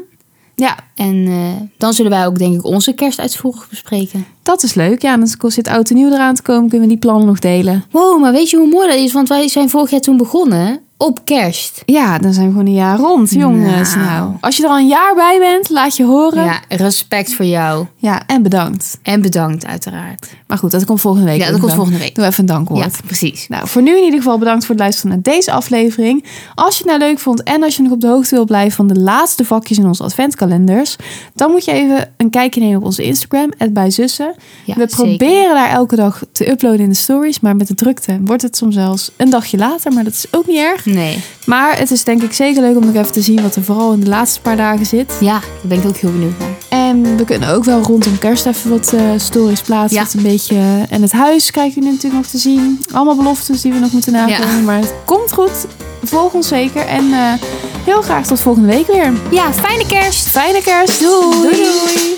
Speaker 1: Ja,
Speaker 2: En eh, dan zullen wij ook, denk ik, onze kerst uitvoerig bespreken.
Speaker 1: dat is leuk. Ja, en dan zit oud en nieuw eraan te komen. Kunnen we die plannen nog delen?
Speaker 2: Wow, maar weet je hoe mooi dat is? Want wij zijn vorig jaar toen begonnen. op kerst.
Speaker 1: Ja, dan zijn we gewoon een jaar rond, jongens. Nou.
Speaker 2: Nou.
Speaker 1: als je er al een jaar bij bent, laat je horen. Ja,
Speaker 2: Ja, respect voor jou.
Speaker 1: en bedankt.
Speaker 2: En bedankt uiteraard.
Speaker 1: Maar goed, dat komt volgende week.
Speaker 2: Ja, dat komt volgende week.
Speaker 1: Doe even een dankwoord.
Speaker 2: Ja, precies.
Speaker 1: Nou, voor nu in ieder geval bedankt voor het luisteren naar deze aflevering. Als je het nou leuk vond en als je nog op de hoogte wil blijven van de laatste vakjes in onze adventkalenders, dan moet je even een kijkje nemen op onze Instagram, @bijzussen.
Speaker 2: Ja,
Speaker 1: We
Speaker 2: zeker.
Speaker 1: proberen daar elke dag te uploaden in de stories, maar met de drukte wordt het soms zelfs een dagje later, maar dat is ook niet erg.
Speaker 2: Nee.
Speaker 1: Maar het is denk ik zeker leuk om nog even te zien wat er vooral in de laatste paar dagen zit.
Speaker 2: Ja, daar ben ik ook heel benieuwd naar.
Speaker 1: En we kunnen ook wel rondom kerst even wat eh, stories plaatsen.
Speaker 2: Ja.
Speaker 1: Dat een beetje, eh, en het huis krijgen jullie natuurlijk nog te zien. Allemaal beloftes die we nog moeten nakomen. Maar het komt goed. Volg ons zeker. En eh, heel graag tot volgende week weer.
Speaker 2: Ja, fijne kerst!
Speaker 1: Fijne kerst. Doei.
Speaker 2: doei.